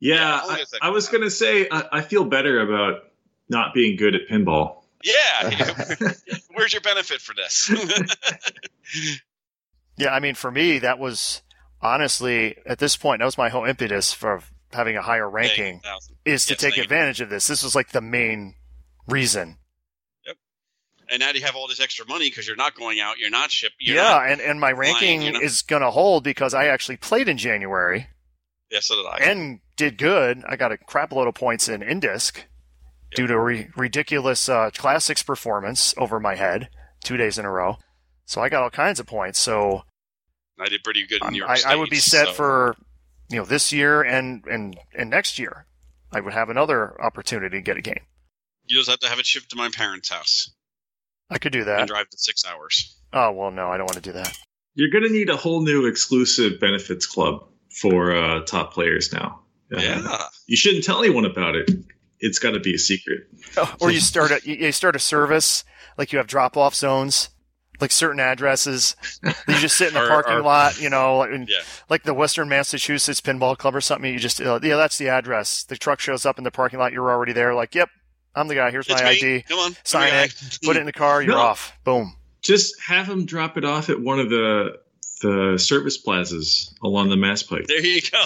S5: Yeah,
S6: Yeah,
S5: only
S6: I-
S5: a second.
S6: I, was gonna say I, I feel better about not being good at pinball.
S7: [laughs]
S5: yeah [laughs]
S4: [laughs]
S5: where's your benefit for this [laughs]
S4: Yeah, I mean, for me, that was honestly at this point that was my whole impetus for having a higher ranking is to take
S5: Yes, thank you.
S4: advantage of this. This was like the main reason.
S5: and now you have all this extra money because you're not going out, you're not shipping.
S4: yeah, and, and my
S5: flying,
S4: ranking
S5: you know?
S4: is going to hold because I actually played in January
S5: yeah, so did I.
S4: and did good. I got a crap load of points in Indisc due to re- ridiculous uh, classics performance over my head two days in a row. So I got all kinds of points. So
S5: I did pretty good in
S4: um,
S5: New York.
S4: I, I
S5: States,
S4: would be set
S5: so-
S4: for you know this year and, and and next year. I would have another opportunity to get a game.
S5: You just have to have it shipped to my parents' house
S4: I could do
S5: and
S4: that.
S5: drive to six hours.
S4: Oh well, no, I don't want to do that.
S6: You're gonna need a whole new exclusive benefits club for uh, top players now. Uh,
S5: Yeah,
S6: you shouldn't tell anyone about it. It's got to be a secret.
S4: [laughs] or you start a you- you start a service like you have drop off zones like certain addresses you just sit in the
S5: [laughs] Or-
S4: parking
S5: or-
S4: lot you know like-
S5: Yeah.
S4: like the western massachusetts pinball club or something you just uh, yeah that's the address the truck shows up in the parking lot you're already there like yep I'm the guy. Here's my
S5: It's me.
S4: ID.
S5: Come on. give
S4: Sign
S5: me your
S4: it. Put it in the car. You're
S6: No.
S4: off. Boom.
S6: Just have him drop it off at one of the the service plazas along the Mass Pike.
S5: [laughs] There you
S4: [laughs]
S5: go.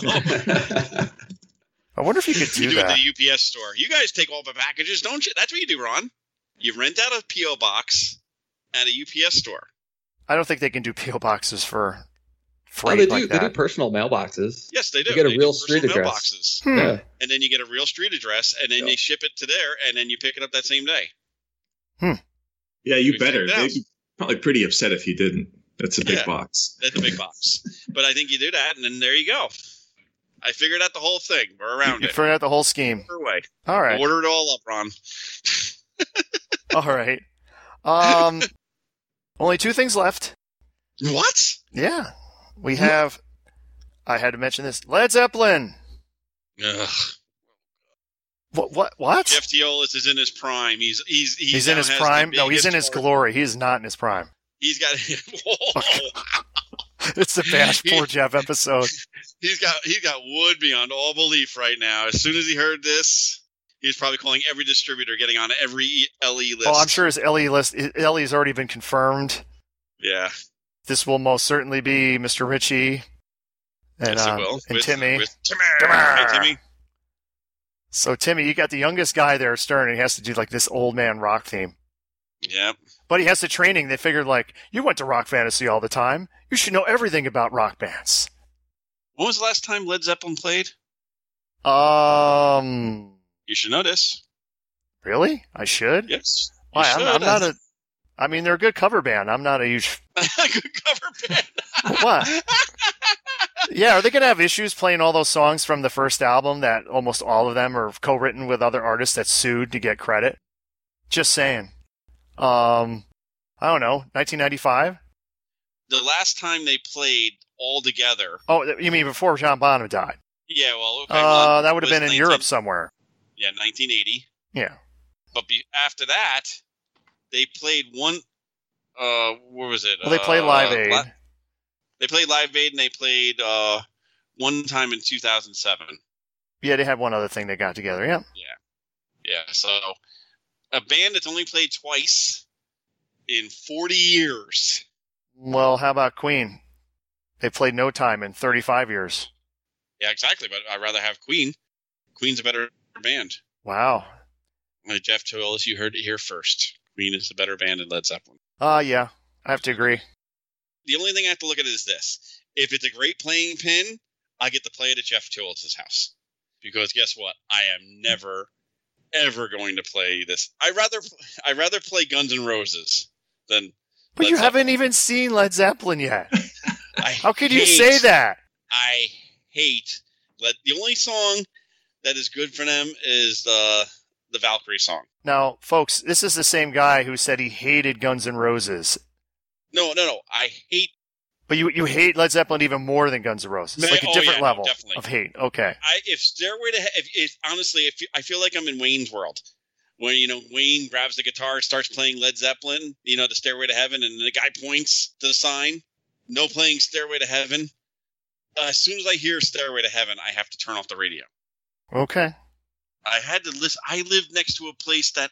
S4: I wonder if you could
S5: [laughs] you
S4: do
S5: do it
S4: that.
S5: at the UPS store. You guys take all the packages, don't you? That's what you do, Ron. You rent out a PO box at a UPS store.
S4: I don't think they can do PO boxes for
S7: Oh,
S4: freight
S7: they do.
S4: like
S7: they do
S4: that.
S7: personal mailboxes.
S5: Yes, they do.
S7: You get a
S5: They
S7: real
S5: do
S7: street
S5: personal mailboxes.
S7: address.
S4: Hmm.
S7: Yeah.
S5: and then you get a real street address, and then
S7: Yeah.
S5: they ship it to there, and then you pick it up that same day.
S6: Yeah, you
S5: We
S6: better.
S5: figured it out.
S6: They'd be probably pretty upset if you didn't. That's a big
S5: Yeah.
S6: box.
S5: That's a big box. But I think you do that, and then there you go. I figured out the whole thing. We're around
S4: You
S5: it.
S4: figured out the whole scheme.
S5: Her way.
S4: All right.
S5: Order it all up, Ron.
S4: All right.
S5: [laughs]
S4: Um, only two things left.
S5: What?
S4: Yeah. We
S5: Mm-hmm.
S4: have. I had to mention this. Led Zeppelin.
S5: Ugh.
S4: What? What? What?
S5: Jeff Teolis is in his prime. He's he's he's,
S4: he's
S5: now
S4: in his
S5: has
S4: prime.
S5: the
S4: No, he's in
S5: biggest
S4: his
S5: part-
S4: glory. He is not in his prime. [laughs]
S5: He's got [laughs] Whoa.
S4: It's the
S5: [laughs]
S4: Bash Poor Jeff episode.
S5: he's got he's got wood beyond all belief right now. As soon as he heard this, he's probably calling every distributor, getting on every E- LE list.
S4: Well, Oh, I'm sure his Ellie list. Ellie has already been confirmed.
S5: Yeah,
S4: This will most certainly be Mr. Ritchie and,
S5: yes, it
S4: uh,
S5: will.
S4: and
S5: With-
S4: Timmy.
S5: with Timmy.
S4: Timmy.
S5: Hey, Timmy.
S4: So Timmy, you got the youngest guy there, Stern, and he has to do like this old man rock theme.
S5: Yep.
S4: But he has the training. They figured like you went to rock fantasy all the time. You should know everything about rock bands.
S5: When was the last time Led Zeppelin played?
S4: Um,
S5: You should know this.
S4: really? I should.
S5: Yes. you
S4: Why? I'm, I'm
S5: should.
S4: not a. I mean, they're a good cover band. I'm not a huge.
S5: [laughs] good cover band.
S4: What?
S5: [laughs]
S4: [laughs] yeah, are they gonna have issues playing all those songs from the first album that almost all of them are co-written with other artists that sued to get credit? Just saying. Um, I don't know. 1995.
S5: The last time they played all together.
S4: Oh, th- you mean before John Bonham died?
S5: Yeah, well, okay, well,
S4: Uh, that would have
S5: was
S4: been in
S5: 19
S4: Europe somewhere.
S5: Yeah, 1980.
S4: Yeah.
S5: But be, after that, they played one. Uh, what was it?
S4: Well, they played
S5: Uh,
S4: Live Aid.
S5: La- they played Live Aid, and they played uh, one time in 2007.
S4: yeah, they had one other thing they got together. Yeah.
S5: Yeah, so a band that's only played twice in 40 years.
S4: Well, how about Queen? They played no time in 35 years.
S5: Yeah, exactly. But I'd rather have Queen. Queen's a better band.
S4: Wow.
S5: Uh, Jeff Toelis, you heard it here first. Queen is the better band than Led Zeppelin.
S4: Uh, yeah, I have to agree.
S5: The only thing I have to look at is this: if it's a great playing pin, I get to play it at Jeff Toolis's house. Because guess what? I am never, ever going to play this. I rather, I rather play Guns N' Roses than.
S4: But
S5: Led
S4: you
S5: Zeppelin.
S4: haven't even seen Led Zeppelin yet.
S5: I
S4: How could you
S5: hate-
S4: say that?
S5: I hate. Let the only song that is good for them is the the Valkyrie song.
S4: Now, folks, this is the same guy who said he hated Guns N' Roses.
S5: No, no, no. I hate.
S4: But you you hate Led Zeppelin even more than Guns N' Roses. It's
S5: Ma-
S4: like a
S5: oh,
S4: different
S5: yeah, no,
S4: level
S5: definitely.
S4: of hate. Okay.
S5: I if Stairway to He- if, if honestly, if I feel like I'm in Wayne's World, where you know Wayne grabs the guitar, starts playing Led Zeppelin, you know, the Stairway to Heaven, and the guy points to the sign, no playing Stairway to Heaven. Uh, as soon as I hear Stairway to Heaven, I have to turn off the radio.
S4: Okay.
S5: I had to listen. I lived next to a place that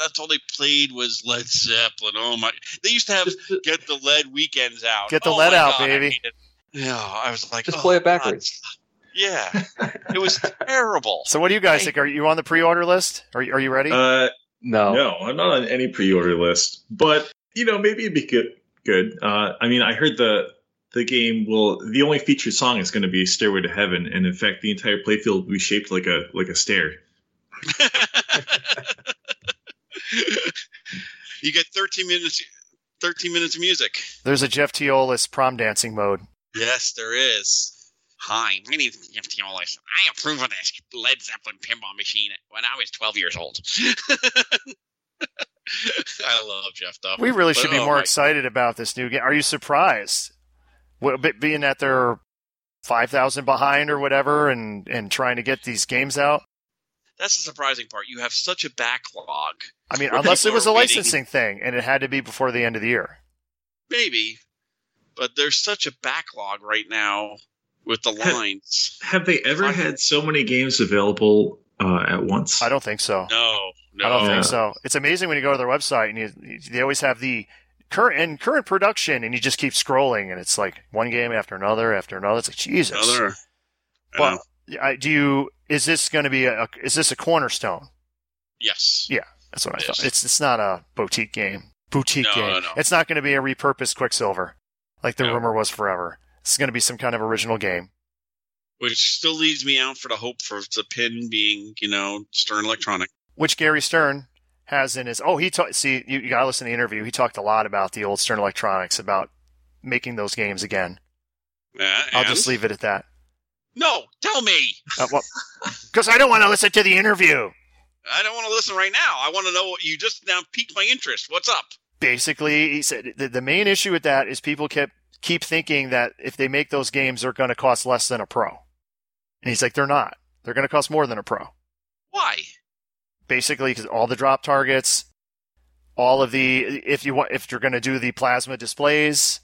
S5: that's all they played was Led Zeppelin. Oh my! They used to have
S7: Just,
S5: Get the Lead weekends out.
S4: Get the
S5: oh
S4: Lead
S5: my
S4: Out,
S5: God, I
S4: baby.
S5: hated- Yeah, I was like,
S7: just
S5: oh,
S7: play it
S5: God.
S7: backwards.
S5: Yeah,
S7: [laughs]
S5: it was terrible.
S4: So what do you guys think? Are you on the pre-order list? Are, you- are you ready?
S6: Uh,
S7: No.
S6: No, I'm not on any pre-order list, but you know, maybe it'd be good. Good. Uh, I mean, I heard the the game will the only featured song is going to be "Stairway to Heaven," and in fact, the entire playfield will be shaped like a like a stair.
S5: [laughs] you get 13 minutes 13 minutes of music
S4: There's a Jeff Teolis prom dancing mode.
S5: yes there is hi my name is jeff Teolis. i approve of this led zeppelin pinball machine when i was 12 years old [laughs] i love jeff though
S4: We really
S5: But,
S4: should be
S5: oh
S4: more
S5: my-
S4: excited about this new game. Are you surprised? Well, be- Being that they're 5,000 behind or whatever and, and trying to get these games out?
S5: that's the surprising part you have such a backlog
S4: I mean,
S5: Where
S4: unless it
S5: people
S4: was
S5: are
S4: a
S5: waiting.
S4: licensing thing and it had to be before the end of the year.
S5: maybe but there's such a backlog right now
S4: [laughs]
S5: with the lines
S6: Have they ever had so many games available uh, at once?
S4: I don't think so.
S5: no No.
S4: I don't think so. It's amazing when you go to their website and you, they always have the current and current production, and you just keep scrolling, and it's like one game after another after another. It's like Jesus.
S5: Another. I
S4: But
S5: know.
S4: I, do you? Is this going to be a, Is this a cornerstone?
S5: yes.
S4: That's what I
S5: Yes.
S4: thought. It's it's not a boutique game. Boutique
S5: No,
S4: game.
S5: no, no.
S4: It's not going to be a repurposed Quicksilver, like the
S5: No.
S4: rumor was forever. It's going to be some kind of original game.
S5: Which still leaves me out for the hope for the pin being, you know, Stern Electronic.
S4: which Gary Stern has in his. Oh, he talked. See, you, you got to listen to the interview. He talked a lot about the old Stern Electronics about making those games again.
S5: Yeah,
S4: I'll just leave it at that.
S5: Uh, No, tell me.
S4: Uh, well, because I don't want to listen to the interview.
S5: I don't want to listen right now. I want to know what you just now piqued my interest. What's up?
S4: Basically, he said the, the main issue with that is people kept keep thinking that if they make those games, they're going to cost less than a pro. And he's like, they're not. They're going to cost more than a pro.
S5: Why?
S4: basically 'cause all the drop targets, all of the if you want if you're going to do the plasma displays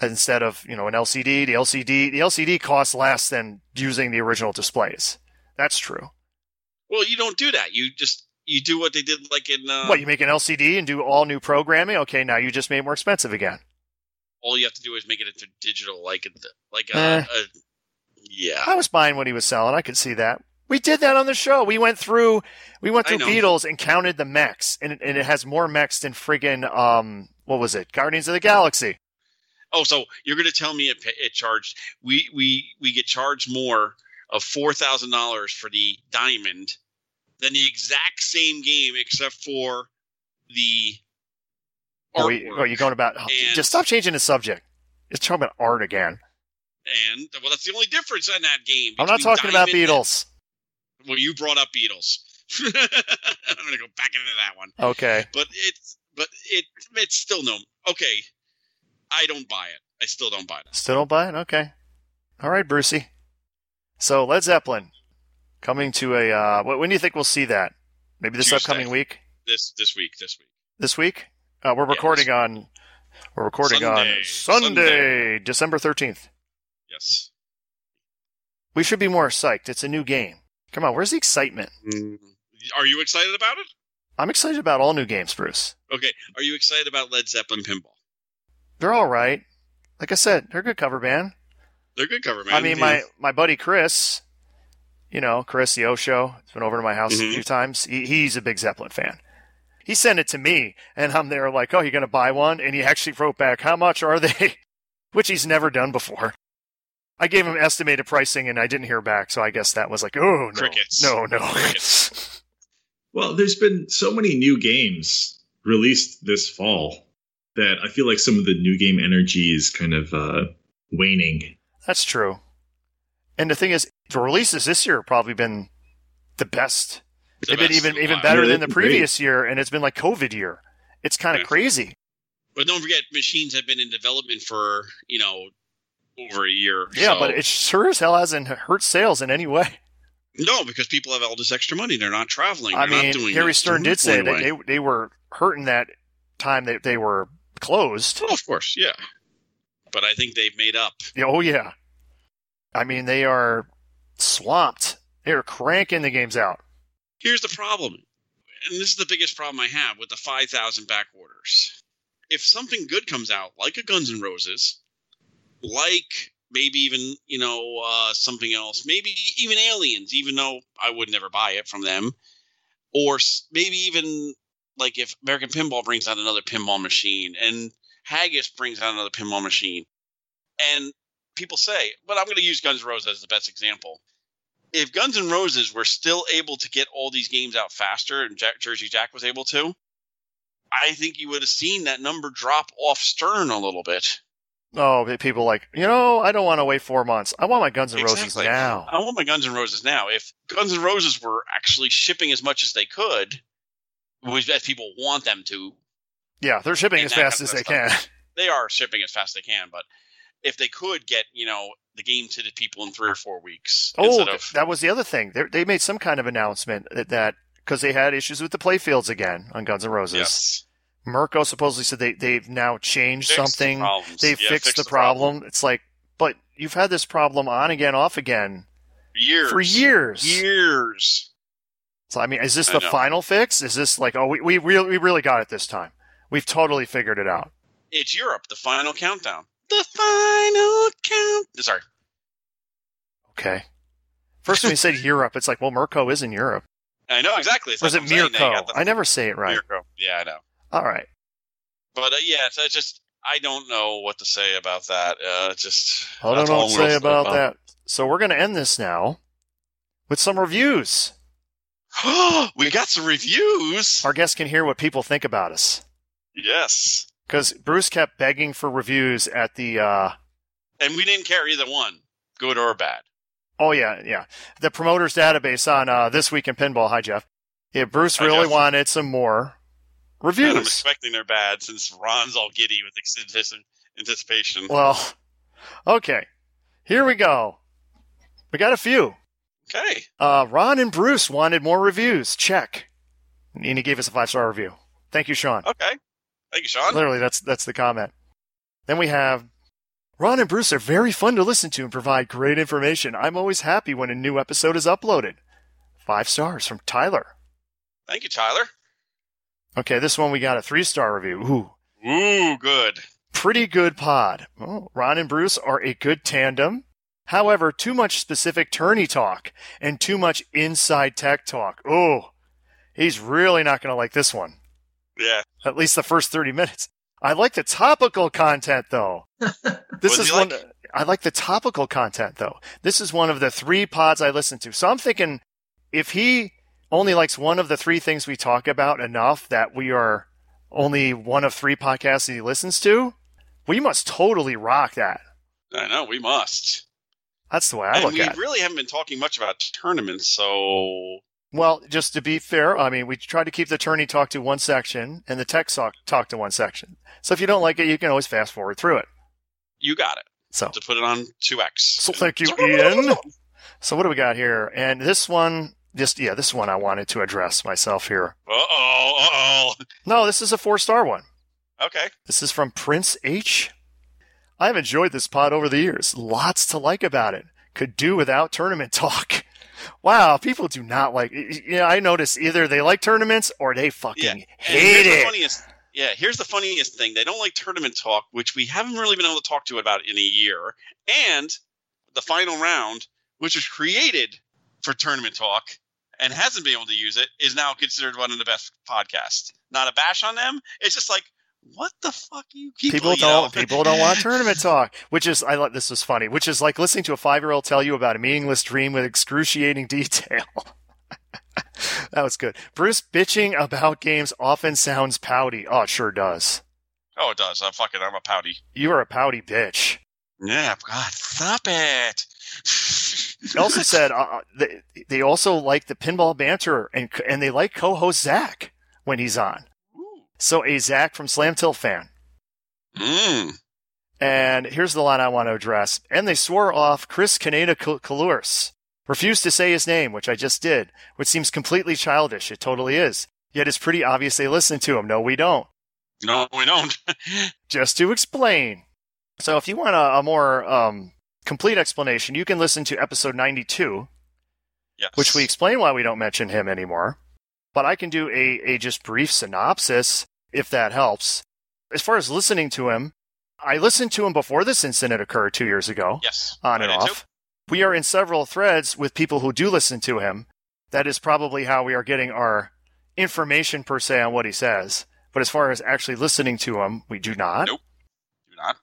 S4: instead of you know an LCD, the LCD the LCD costs less than using the original displays. That's true.
S5: Well, you don't do that. You just you do what they did like in uh,
S4: what you make an LCD and do all new programming? Okay, now you just made it more expensive again.
S5: all you have to do is make it into digital, like a, like a,
S4: Eh.
S5: a yeah.
S4: I was buying what he was selling. I could see that. We did that on the show. We went through we went
S5: I
S4: through
S5: know.
S4: Beatles and counted the mechs, and, it- and it has more mechs than friggin' um what was it? Guardians of the Galaxy.
S5: Oh, so you're going to tell me it, pa- it charged? We we we get charged more of four thousand dollars for the diamond than the exact same game, except for the
S4: Oh,
S5: artwork
S4: you, oh, you're going about. oh,
S5: And-
S4: just stop changing the subject. It's talking about art again.
S5: and well, that's the only difference in that game.
S4: I'm not
S5: between
S4: talking about
S5: diamond and-
S4: Beatles.
S5: well, you brought up Beatles. [laughs] I'm going to go back into that one.
S4: Okay.
S5: but it's but it it's still no okay i don't buy it i still don't buy it
S4: Still don't buy it? Okay. All right, Brucey. So, Led Zeppelin coming to a. Uh, wh- when do you think we'll see that? Maybe this
S5: Tuesday.
S4: upcoming week?
S5: this this week this week
S4: This week? Uh, we're
S5: Yeah,
S4: recording on. We're recording on
S5: Sunday.
S4: Sunday, December 13th.
S5: yes
S4: We should be more psyched. It's a new game. Come on, where's the excitement?
S5: are you excited about it
S4: I'm excited about all new games, Bruce.
S5: okay are you excited about led zeppelin pinball
S4: They're all right. Like I said, they're a good cover band.
S5: they're good cover man
S4: I mean, my, my buddy Chris, you know, Chris the Osho, has been over to my house a
S5: Mhm.
S4: few times. He, he's a big Zeppelin fan. He sent it to me, and I'm there like, oh, you're going to buy one? And he actually wrote back, how much are they? [laughs] Which he's never done before. I gave him estimated pricing, and I didn't hear back, so I guess that was like, oh, no.
S5: Crickets.
S4: No, no.
S5: Crickets.
S6: Well, there's been so many new games released this fall that I feel like some of the new game energy is kind of uh, waning.
S4: [laughs] That's true. And the thing is, the releases this year have probably been the best.
S5: The
S4: They've been
S5: best
S4: even,
S5: in a
S4: even
S5: while.
S4: better
S6: Yeah,
S4: than the
S6: they've been great.
S4: previous year, and it's been like COVID year. It's kind
S5: Yeah.
S4: of crazy.
S5: but don't forget machines have been in development for you know over a year
S4: Yeah,
S5: so-
S4: but it sure as hell hasn't hurt sales in any way.
S5: no because people have all this extra money they're not traveling
S4: I
S5: They're not
S4: mean,
S5: doing
S4: Harry
S5: this.
S4: Stern
S5: They're
S4: did say
S5: going
S4: that
S5: away.
S4: they, they were hurting that time that they were closed.
S5: well, Oh, of course yeah but i think they've made up
S4: Yeah, Oh, yeah. I mean, they are swamped. They're cranking the games out.
S5: Here's the problem, and this is the biggest problem I have with the 5,000 back orders. If something good comes out, like a Guns N' Roses, like maybe even you know uh, something else, maybe even Aliens, even though I would never buy it from them, or s- maybe even like if American Pinball brings out another pinball machine and Haggis brings out another pinball machine, and people say, but I'm going to use Guns N' Roses as the best example if Guns N' Roses were still able to get all these games out faster, and Jack, Jersey Jack was able to, I think you would have seen that number drop off Stern a little bit.
S4: Oh, but people like, you know, I don't want to wait four months. I want my Guns N' Roses
S5: Exactly.
S4: now.
S5: I want my Guns N' Roses now. If Guns N' Roses were actually shipping as much as they could, which as people want them to,
S4: Yeah, they're shipping
S5: And
S4: as
S5: that
S4: fast as
S5: comes
S4: they
S5: with
S4: can.
S5: they are shipping as fast as they can. But if they could get, you know, the game to the people in three or four weeks
S4: Oh,
S5: instead of
S4: that was the other thing. They, they made some kind of announcement that- that because they had issues with the playfields again on Guns N' Roses.
S5: yes,
S4: Mirko supposedly said they, they've now changed
S5: Fix the
S4: something.
S5: problems.
S4: they
S5: Yeah,
S4: fixed
S5: fix
S4: the, problem. It's like, but you've had this problem on again, off again
S5: years
S4: for years.
S5: years.
S4: So I mean, is this
S5: I
S4: the
S5: know.
S4: final fix? Is this like, oh, we we really we really got it this time? We've totally figured it out.
S5: It's Europe, the final countdown. The final count. Sorry.
S4: Okay. First when you
S5: [laughs]
S4: said Europe, it's like, well, Mirko is in Europe.
S5: I know exactly. It's
S4: Or is
S5: like
S4: it
S5: I'm saying they
S4: Mirko?
S5: got the-
S4: I never say it right.
S5: Mirko. Yeah, I know.
S4: All right.
S5: But uh, yeah, it's, I just I don't know what to say about that. Uh, it's just
S4: I don't
S5: that's
S4: know
S5: all
S4: what to
S5: we'll
S4: say about
S5: about.
S4: that. So we're going to end this now with some reviews.
S5: [gasps] we got some reviews.
S4: Our guests can hear what people think about us.
S5: Yes,
S4: Because Bruce kept begging for reviews at the, uh,
S5: and we didn't care either one, good or bad.
S4: oh, yeah, yeah, the promoters database on uh, This Week in Pinball. Hi, Jeff. Yeah, Bruce
S5: Hi,
S4: really
S5: Jeff.
S4: wanted some more
S5: And I'm
S4: reviews.
S5: expecting they're bad since Ron's all giddy with antici- anticipation.
S4: Well, okay. Here we go. We got a few.
S5: Okay,
S4: Uh, Ron and Bruce wanted more reviews. Check. And he gave us a five star review. Thank you, Sean.
S5: okay. Thank you, Sean.
S4: Literally, that's that's the comment. Then we have Ron and Bruce are very fun to listen to and provide great information. I'm always happy when a new episode is uploaded. Five stars from Tyler.
S5: Thank you, Tyler.
S4: Okay, this one we got a three star review. Ooh,
S5: Ooh, good.
S4: pretty good pod. Oh, Ron and Bruce are a good tandem. However, too much specific tourney talk and too much inside tech talk. Oh, he's really not going to like this one.
S5: Yeah.
S4: at least the first 30 minutes. I like the topical content though. this is
S5: What do you
S4: one
S5: like?
S4: I like the topical content though. This is one of the three pods I listen to. So I'm thinking if he only likes one of the three things we talk about enough that we are only one of three podcasts he listens to, we must totally rock that.
S5: I know we must.
S4: That's the way I
S5: and
S4: look
S5: we
S4: at it.
S5: really haven't been talking much about tournaments, so
S4: Well, just to be fair, I mean, we try to keep the tourney talk to one section and the tech talk, talk to one section. So if you don't like it, you can always fast forward through it.
S5: you got it.
S4: So
S5: To put it on two X.
S4: So thank you, Ian. So what do we got here? And this one, just yeah, this one I wanted to address myself here.
S5: Uh oh, uh
S4: No, this is a four star one.
S5: oh. Okay.
S4: This is from Prince H. I've enjoyed this pod over the years. Lots to like about it. Could do without tournament talk. [laughs] Wow, people do not like. Yeah, I notice either they like tournaments or they fucking
S5: And
S4: hate
S5: here's the
S4: it.
S5: funniest, yeah, here's the funniest thing. They don't like tournament talk, which we haven't really been able to talk to about in a year. And the final round, which was created for tournament talk and hasn't been able to use it, is now considered one of the best podcasts. Not a bash on them. It's just like, what the fuck you people,
S4: People
S5: you know?
S4: don't. People don't
S5: [laughs]
S4: want tournament talk, which is I like. This is funny, which is like listening to a five-year-old tell you about a meaningless dream with excruciating [laughs] detail. that was good. Bruce bitching about games often sounds pouty. Oh, it sure does.
S5: Oh, it does. I'm fucking. I'm a pouty.
S4: You are a pouty bitch.
S5: Yeah. God, stop it.
S4: He also said uh, they, they also like the pinball banter and and they like co-host Zach when he's on. So a Zach from Slam Till fan.
S5: [laughs] Mm.
S4: And here's the line I want to address. And they swore off Chris Kaneda Kalurs. Refused to say his name, which I just did, which seems completely childish. It totally is. Yet it's pretty obvious they listen to him. No, we don't.
S5: No, we don't. [laughs]
S4: Just to explain. So if you want a, a more um, complete explanation, you can listen to episode 92,
S5: yes.
S4: which we explain why we don't mention him anymore. But I can do a, a just brief synopsis if that helps. As far as listening to him, I listened to him before this incident occurred two years ago
S5: Yes.
S4: on
S5: I
S4: and
S5: did too.
S4: off. We are in several threads with people who do listen to him. That is probably how we are getting our information per se on what he says. But as far as actually listening to him, we do not.
S5: Nope. Do not.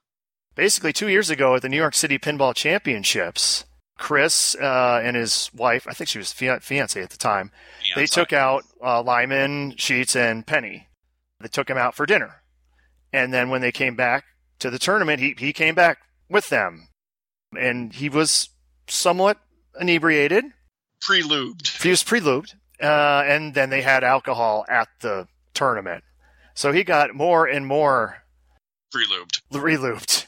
S4: Basically, two years ago at the New York City Pinball Championships, Chris uh, and his wife, I think she was fia- fiance at the time,
S5: Yeah,
S4: they
S5: sorry.
S4: took out uh, Lyman, Sheets, and Penny. They took him out for dinner. And then when they came back to the tournament, he, he came back with them. And he was somewhat inebriated.
S5: pre-lubed.
S4: He was pre lubed. Uh, and then they had alcohol at the tournament. So he got more and more
S5: Pre-lubed.
S4: relooped.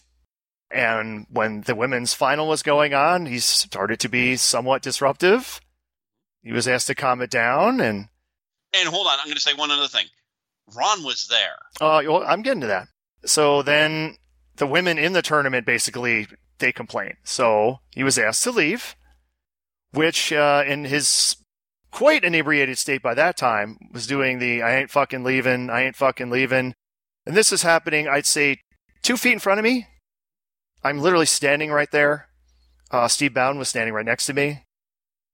S4: And when the women's final was going on, he started to be somewhat disruptive. He was asked to calm it down, and
S5: And hold on, I'm going to say one other thing. Ron was there.
S4: uh, well, I'm getting to that. So then the women in the tournament basically they complained. So he was asked to leave, which uh, in his quite inebriated state by that time, was doing the I ain't fucking leaving, I ain't fucking leaving. And this is happening, I'd say, two feet in front of me. I'm literally standing right there. Uh, Steve Bowden was standing right next to me.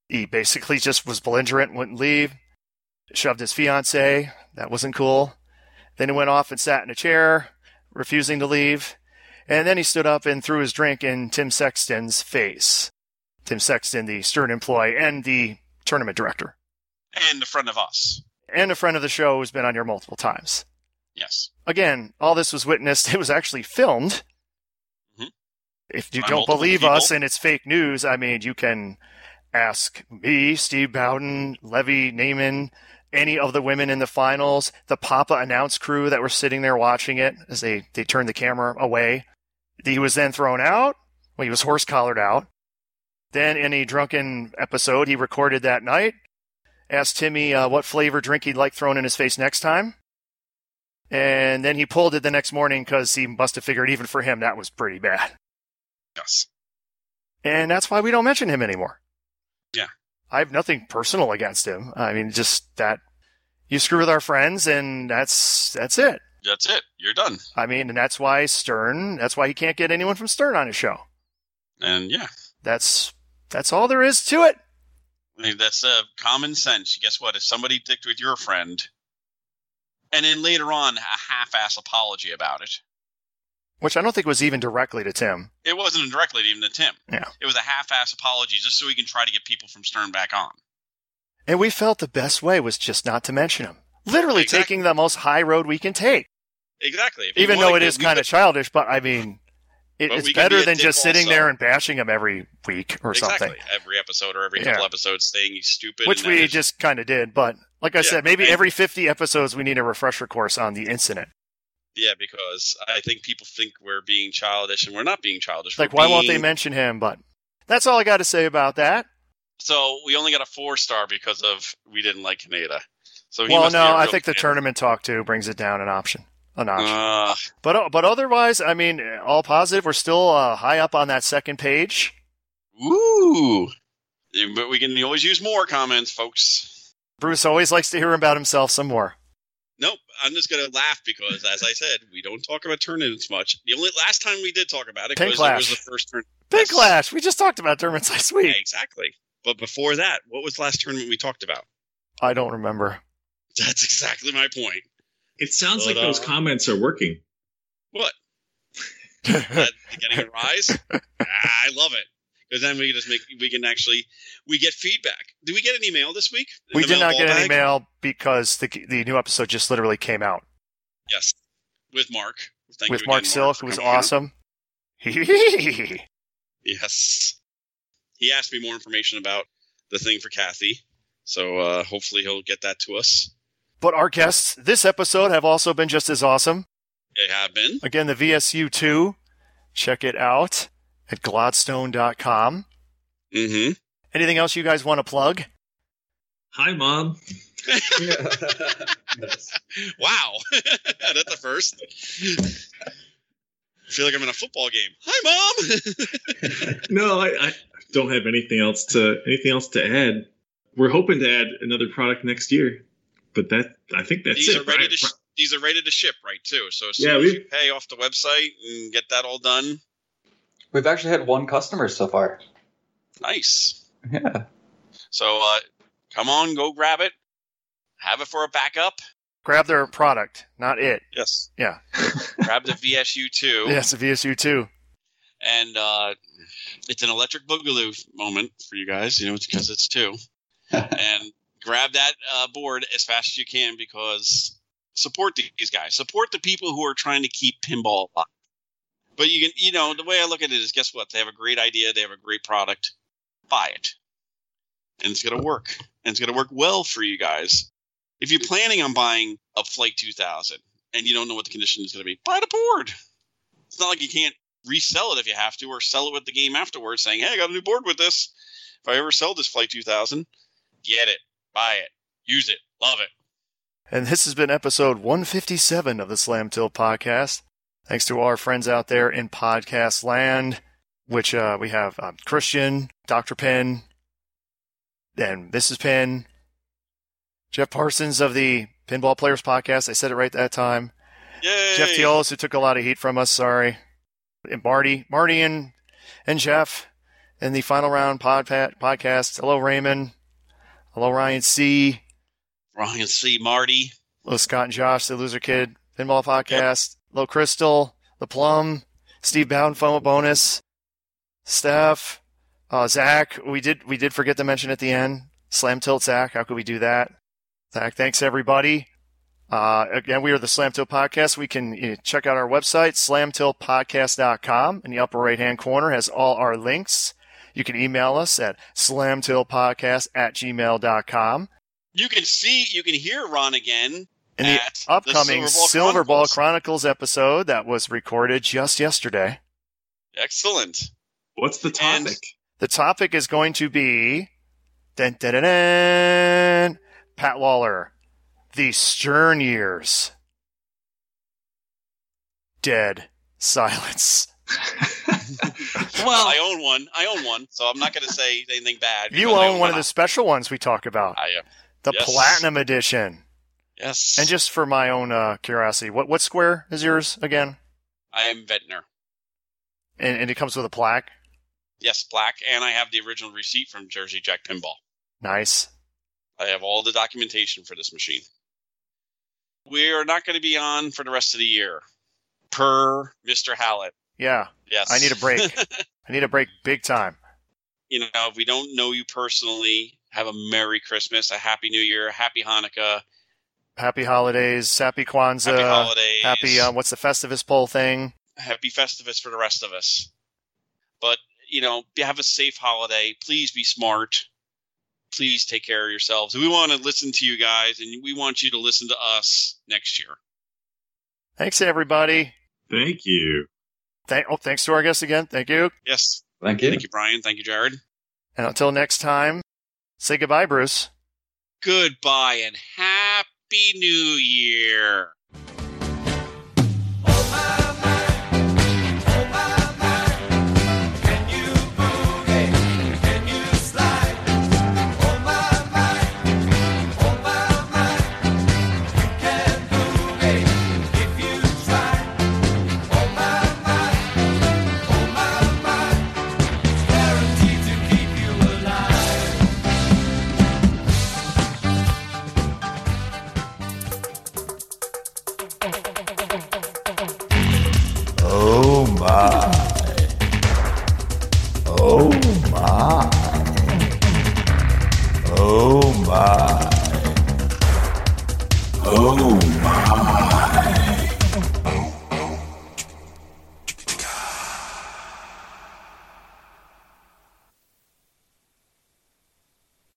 S4: He basically just was belligerent, wouldn't leave, shoved his fiance. That wasn't cool. Then he went off and sat in a chair, refusing to leave. And then he stood up and threw his drink in Tim Sexton's face. Tim Sexton, the Stern employee and the tournament director,
S5: and the front of us.
S4: and a friend of the show who's been on here multiple times.
S5: Yes.
S4: Again, all this was witnessed. [laughs] It was actually filmed.
S5: Mhm.
S4: If you
S5: By
S4: don't
S5: multiple
S4: believe
S5: people.
S4: us and it's fake news, I mean, you can ask me, Steve Bowden, Levy Naiman, any of the women in the finals, the Papa announce crew that were sitting there watching it as they, they turned the camera away. He was then thrown out. Well, he was horse collared out. Then, in a drunken episode he recorded that night, asked Timmy uh, what flavor drink he'd like thrown in his face next time. And then he pulled it the next morning because he must have figured, even for him, that was pretty bad.
S5: Yes.
S4: And that's why we don't mention him anymore.
S5: Yeah.
S4: I have nothing personal against him. I mean, just that you screw with our friends, and that's that's it.
S5: That's it. You're done.
S4: I mean, and that's why Stern. That's why he can't get anyone from Stern on his show.
S5: And yeah,
S4: That's that's all there is to it.
S5: I mean, that's uh, common sense. Guess what? If somebody dicked with your friend, and then later on a half-ass apology about it,
S4: Which I don't think was even directly to Tim.
S5: it wasn't directly even to Tim.
S4: Yeah.
S5: It was a half-ass apology just so he can try to get people from Stern back on.
S4: And we felt the best way was just not to mention him. Literally
S5: Exactly.
S4: taking the most high road we can take.
S5: Exactly. If you
S4: Even
S5: wanna
S4: though it
S5: get-
S4: is
S5: we
S4: kind of
S5: could-
S4: childish, but I mean, it,
S5: But
S4: it's
S5: we can
S4: better
S5: be a
S4: than
S5: dick
S4: just sitting there
S5: also.
S4: and bashing him every week or
S5: exactly
S4: something,
S5: every episode or every
S4: Yeah.
S5: couple episodes saying he's stupid,
S4: which
S5: and
S4: we
S5: that is-
S4: just kind of did. But like I
S5: Yeah,
S4: said, maybe
S5: and-
S4: every 50 episodes we need a refresher course on the incident.
S5: yeah because I think people think we're being childish and we're not being childish.
S4: It's like,
S5: We're
S4: why won't they
S5: being-
S4: mention him? But that's all I got to say about that.
S5: So we only got a four star because of we didn't like Kaneda. So he
S4: Well,
S5: must be
S4: no,
S5: a
S4: I
S5: real
S4: think the
S5: fan.
S4: tournament talk too brings it down an option. An option.
S5: Uh,
S4: But but otherwise, I mean, all positive. We're still uh, high up on that second page.
S5: Uh, ooh, but we can always use more comments, folks.
S4: Bruce always likes to hear about himself some more.
S5: Nope, I'm just gonna laugh because, as I said, we don't talk about tournaments much. The only last time we did talk about it
S4: Pink
S5: was, it
S4: Lash.
S5: was the first tournament.
S4: Big
S5: Yes.
S4: Clash. We just talked about tournaments last week.
S5: exactly. But before that, what was the last tournament we talked about? [laughs]
S4: I don't remember.
S5: That's exactly my point.
S6: It sounds
S5: But,
S6: like those
S5: uh,
S6: comments are working.
S5: What? that getting a rise. Ah, I love it because then we can just make we can actually we get feedback. Did we get an email this week? In
S4: we
S5: the
S4: did
S5: mail
S4: not get
S5: ball
S4: any
S5: bag?
S4: mail because the the new episode just literally came out
S5: Yes, with Mark. Thank
S4: with
S5: you
S4: Mark
S5: again,
S4: Silk,
S5: for
S4: who was
S5: coming on.
S4: awesome. yeah,
S5: Yes, he asked me more information about the thing for Kathy, so uh, hopefully he'll get that to us.
S4: [laughs] but our guests this episode have also been just as awesome.
S5: They have been.
S4: Again, the VSU two, check it out at glodstone.com.
S5: Mm-hmm.
S4: Anything else you guys want to plug?
S6: Hi, mom.
S7: [laughs] Yes.
S5: Wow, [laughs] that's the first. I feel like I'm in a football game. Hi, mom. [laughs]
S6: No, I, I don't have anything else to anything else to add. We're hoping to add another product next year, but that I think that's
S5: these
S6: it.
S5: are ready
S6: right?
S5: to sh- these are ready to ship right too. So as soon
S6: Yeah,
S5: as
S6: we-
S5: you pay off the website and get that all done,
S7: We've actually had one customer so far.
S5: nice.
S7: Yeah.
S5: So uh, come on, go grab it, have it for a backup.
S4: Grab their product, not it.
S5: Yes.
S4: Yeah.
S5: grab the VSU
S4: [laughs]
S5: two,
S4: Yes, the VSU two.
S5: and uh, it's an electric boogaloo moment for you guys. You know, because it's two, and grab that uh, board as fast as you can because support these guys, support the people who are trying to keep pinball alive. But you can, you know, the way I look at it is, guess what? They have a great idea. They have a great product. Buy it, and it's gonna work, and it's gonna work well for you guys. If you're planning on buying a Flight 2000 and you don't know what the condition is gonna be, buy the board. It's not like you can't resell it if you have to, or sell it with the game afterwards, saying, "Hey, I got a new board with this. If I ever sell this Flight 2000, get it, buy it, use it, love it."
S4: And this has been episode 157 of the Slam Till podcast. Thanks to our friends out there in podcast land, which uh, we have um, Christian, Dr. Penn, and Mrs. Penn, Jeff Parsons of the Pinball Players Podcast. I said it right that time.
S5: Yay!
S4: Jeff Teolis, who took a lot of heat from us, sorry. And Marty, Marty and, and Jeff in the final round pod, pat, podcast. Hello, Raymond. Hello, Ryan C.
S5: Ryan C. Marty.
S4: Hello, Scott and Josh, the Loser Kid Pinball Podcast. Hello, Crystal, The Plum, Steve Bowden, FOMO Bonus, Steph, uh, Zach. We did we did forget to mention at the end Slam Tilt Zach. How could we do that? Zach, thanks everybody. Uh, again, we are the Slam Tilt Podcast. We can you know, check out our website, slamtiltpodcast.com. In the upper right hand corner has all our links. You can email us at slamtiltpodcast at gmail.com.
S5: You can see, you can hear Ron again
S4: In the
S5: at
S4: upcoming
S5: the
S4: Silver, Ball Chronicles episode that was recorded just yesterday.
S5: Excellent.
S6: What's the
S5: And-
S6: topic?
S4: The topic is going to be dun, dun, dun, dun, Pat Lawler, the Stern years. Dead silence.
S5: Well, I own one. I own one, so I'm not going to say anything bad.
S4: You
S5: because I
S4: own one of the
S5: I-
S4: special ones we talk about,
S5: I am.
S4: the
S5: yes.
S4: Platinum Edition.
S5: Yes.
S4: And just for my own uh, curiosity, what what square is yours again?
S5: I am Ventnor.
S4: And, and it comes with a plaque.
S5: Yes, black, and I have the original receipt from Jersey Jack Pinball.
S4: Nice.
S5: I have all the documentation for this machine. We are not going to be on for the rest of the year, per Mr. Hallett.
S4: Yeah,
S5: Yes,
S4: I need a
S5: [laughs]
S4: break. I need a break big time.
S5: you know, if we don't know you personally, have a Merry Christmas, a Happy New Year, a Happy Hanukkah,
S4: Happy holidays, happy Kwanzaa,
S5: Happy Holidays,
S4: happy, um, what's the Festivus poll thing?
S5: Happy Festivus for the rest of us. But you know, have a safe holiday. Please be smart. Please take care of yourselves. We want to listen to you guys, and we want you to listen to us next year.
S4: Thanks everybody.
S6: [laughs] Thank you.
S4: Thank, oh, thanks to our guests again. Thank you.
S5: Yes,
S7: Thank you.
S5: thank you, Brian. Thank you, Jared.
S4: And until next time, say goodbye, Bruce.
S5: Goodbye and happy New Year.
S9: Oh my. Oh my. Oh my. Oh my.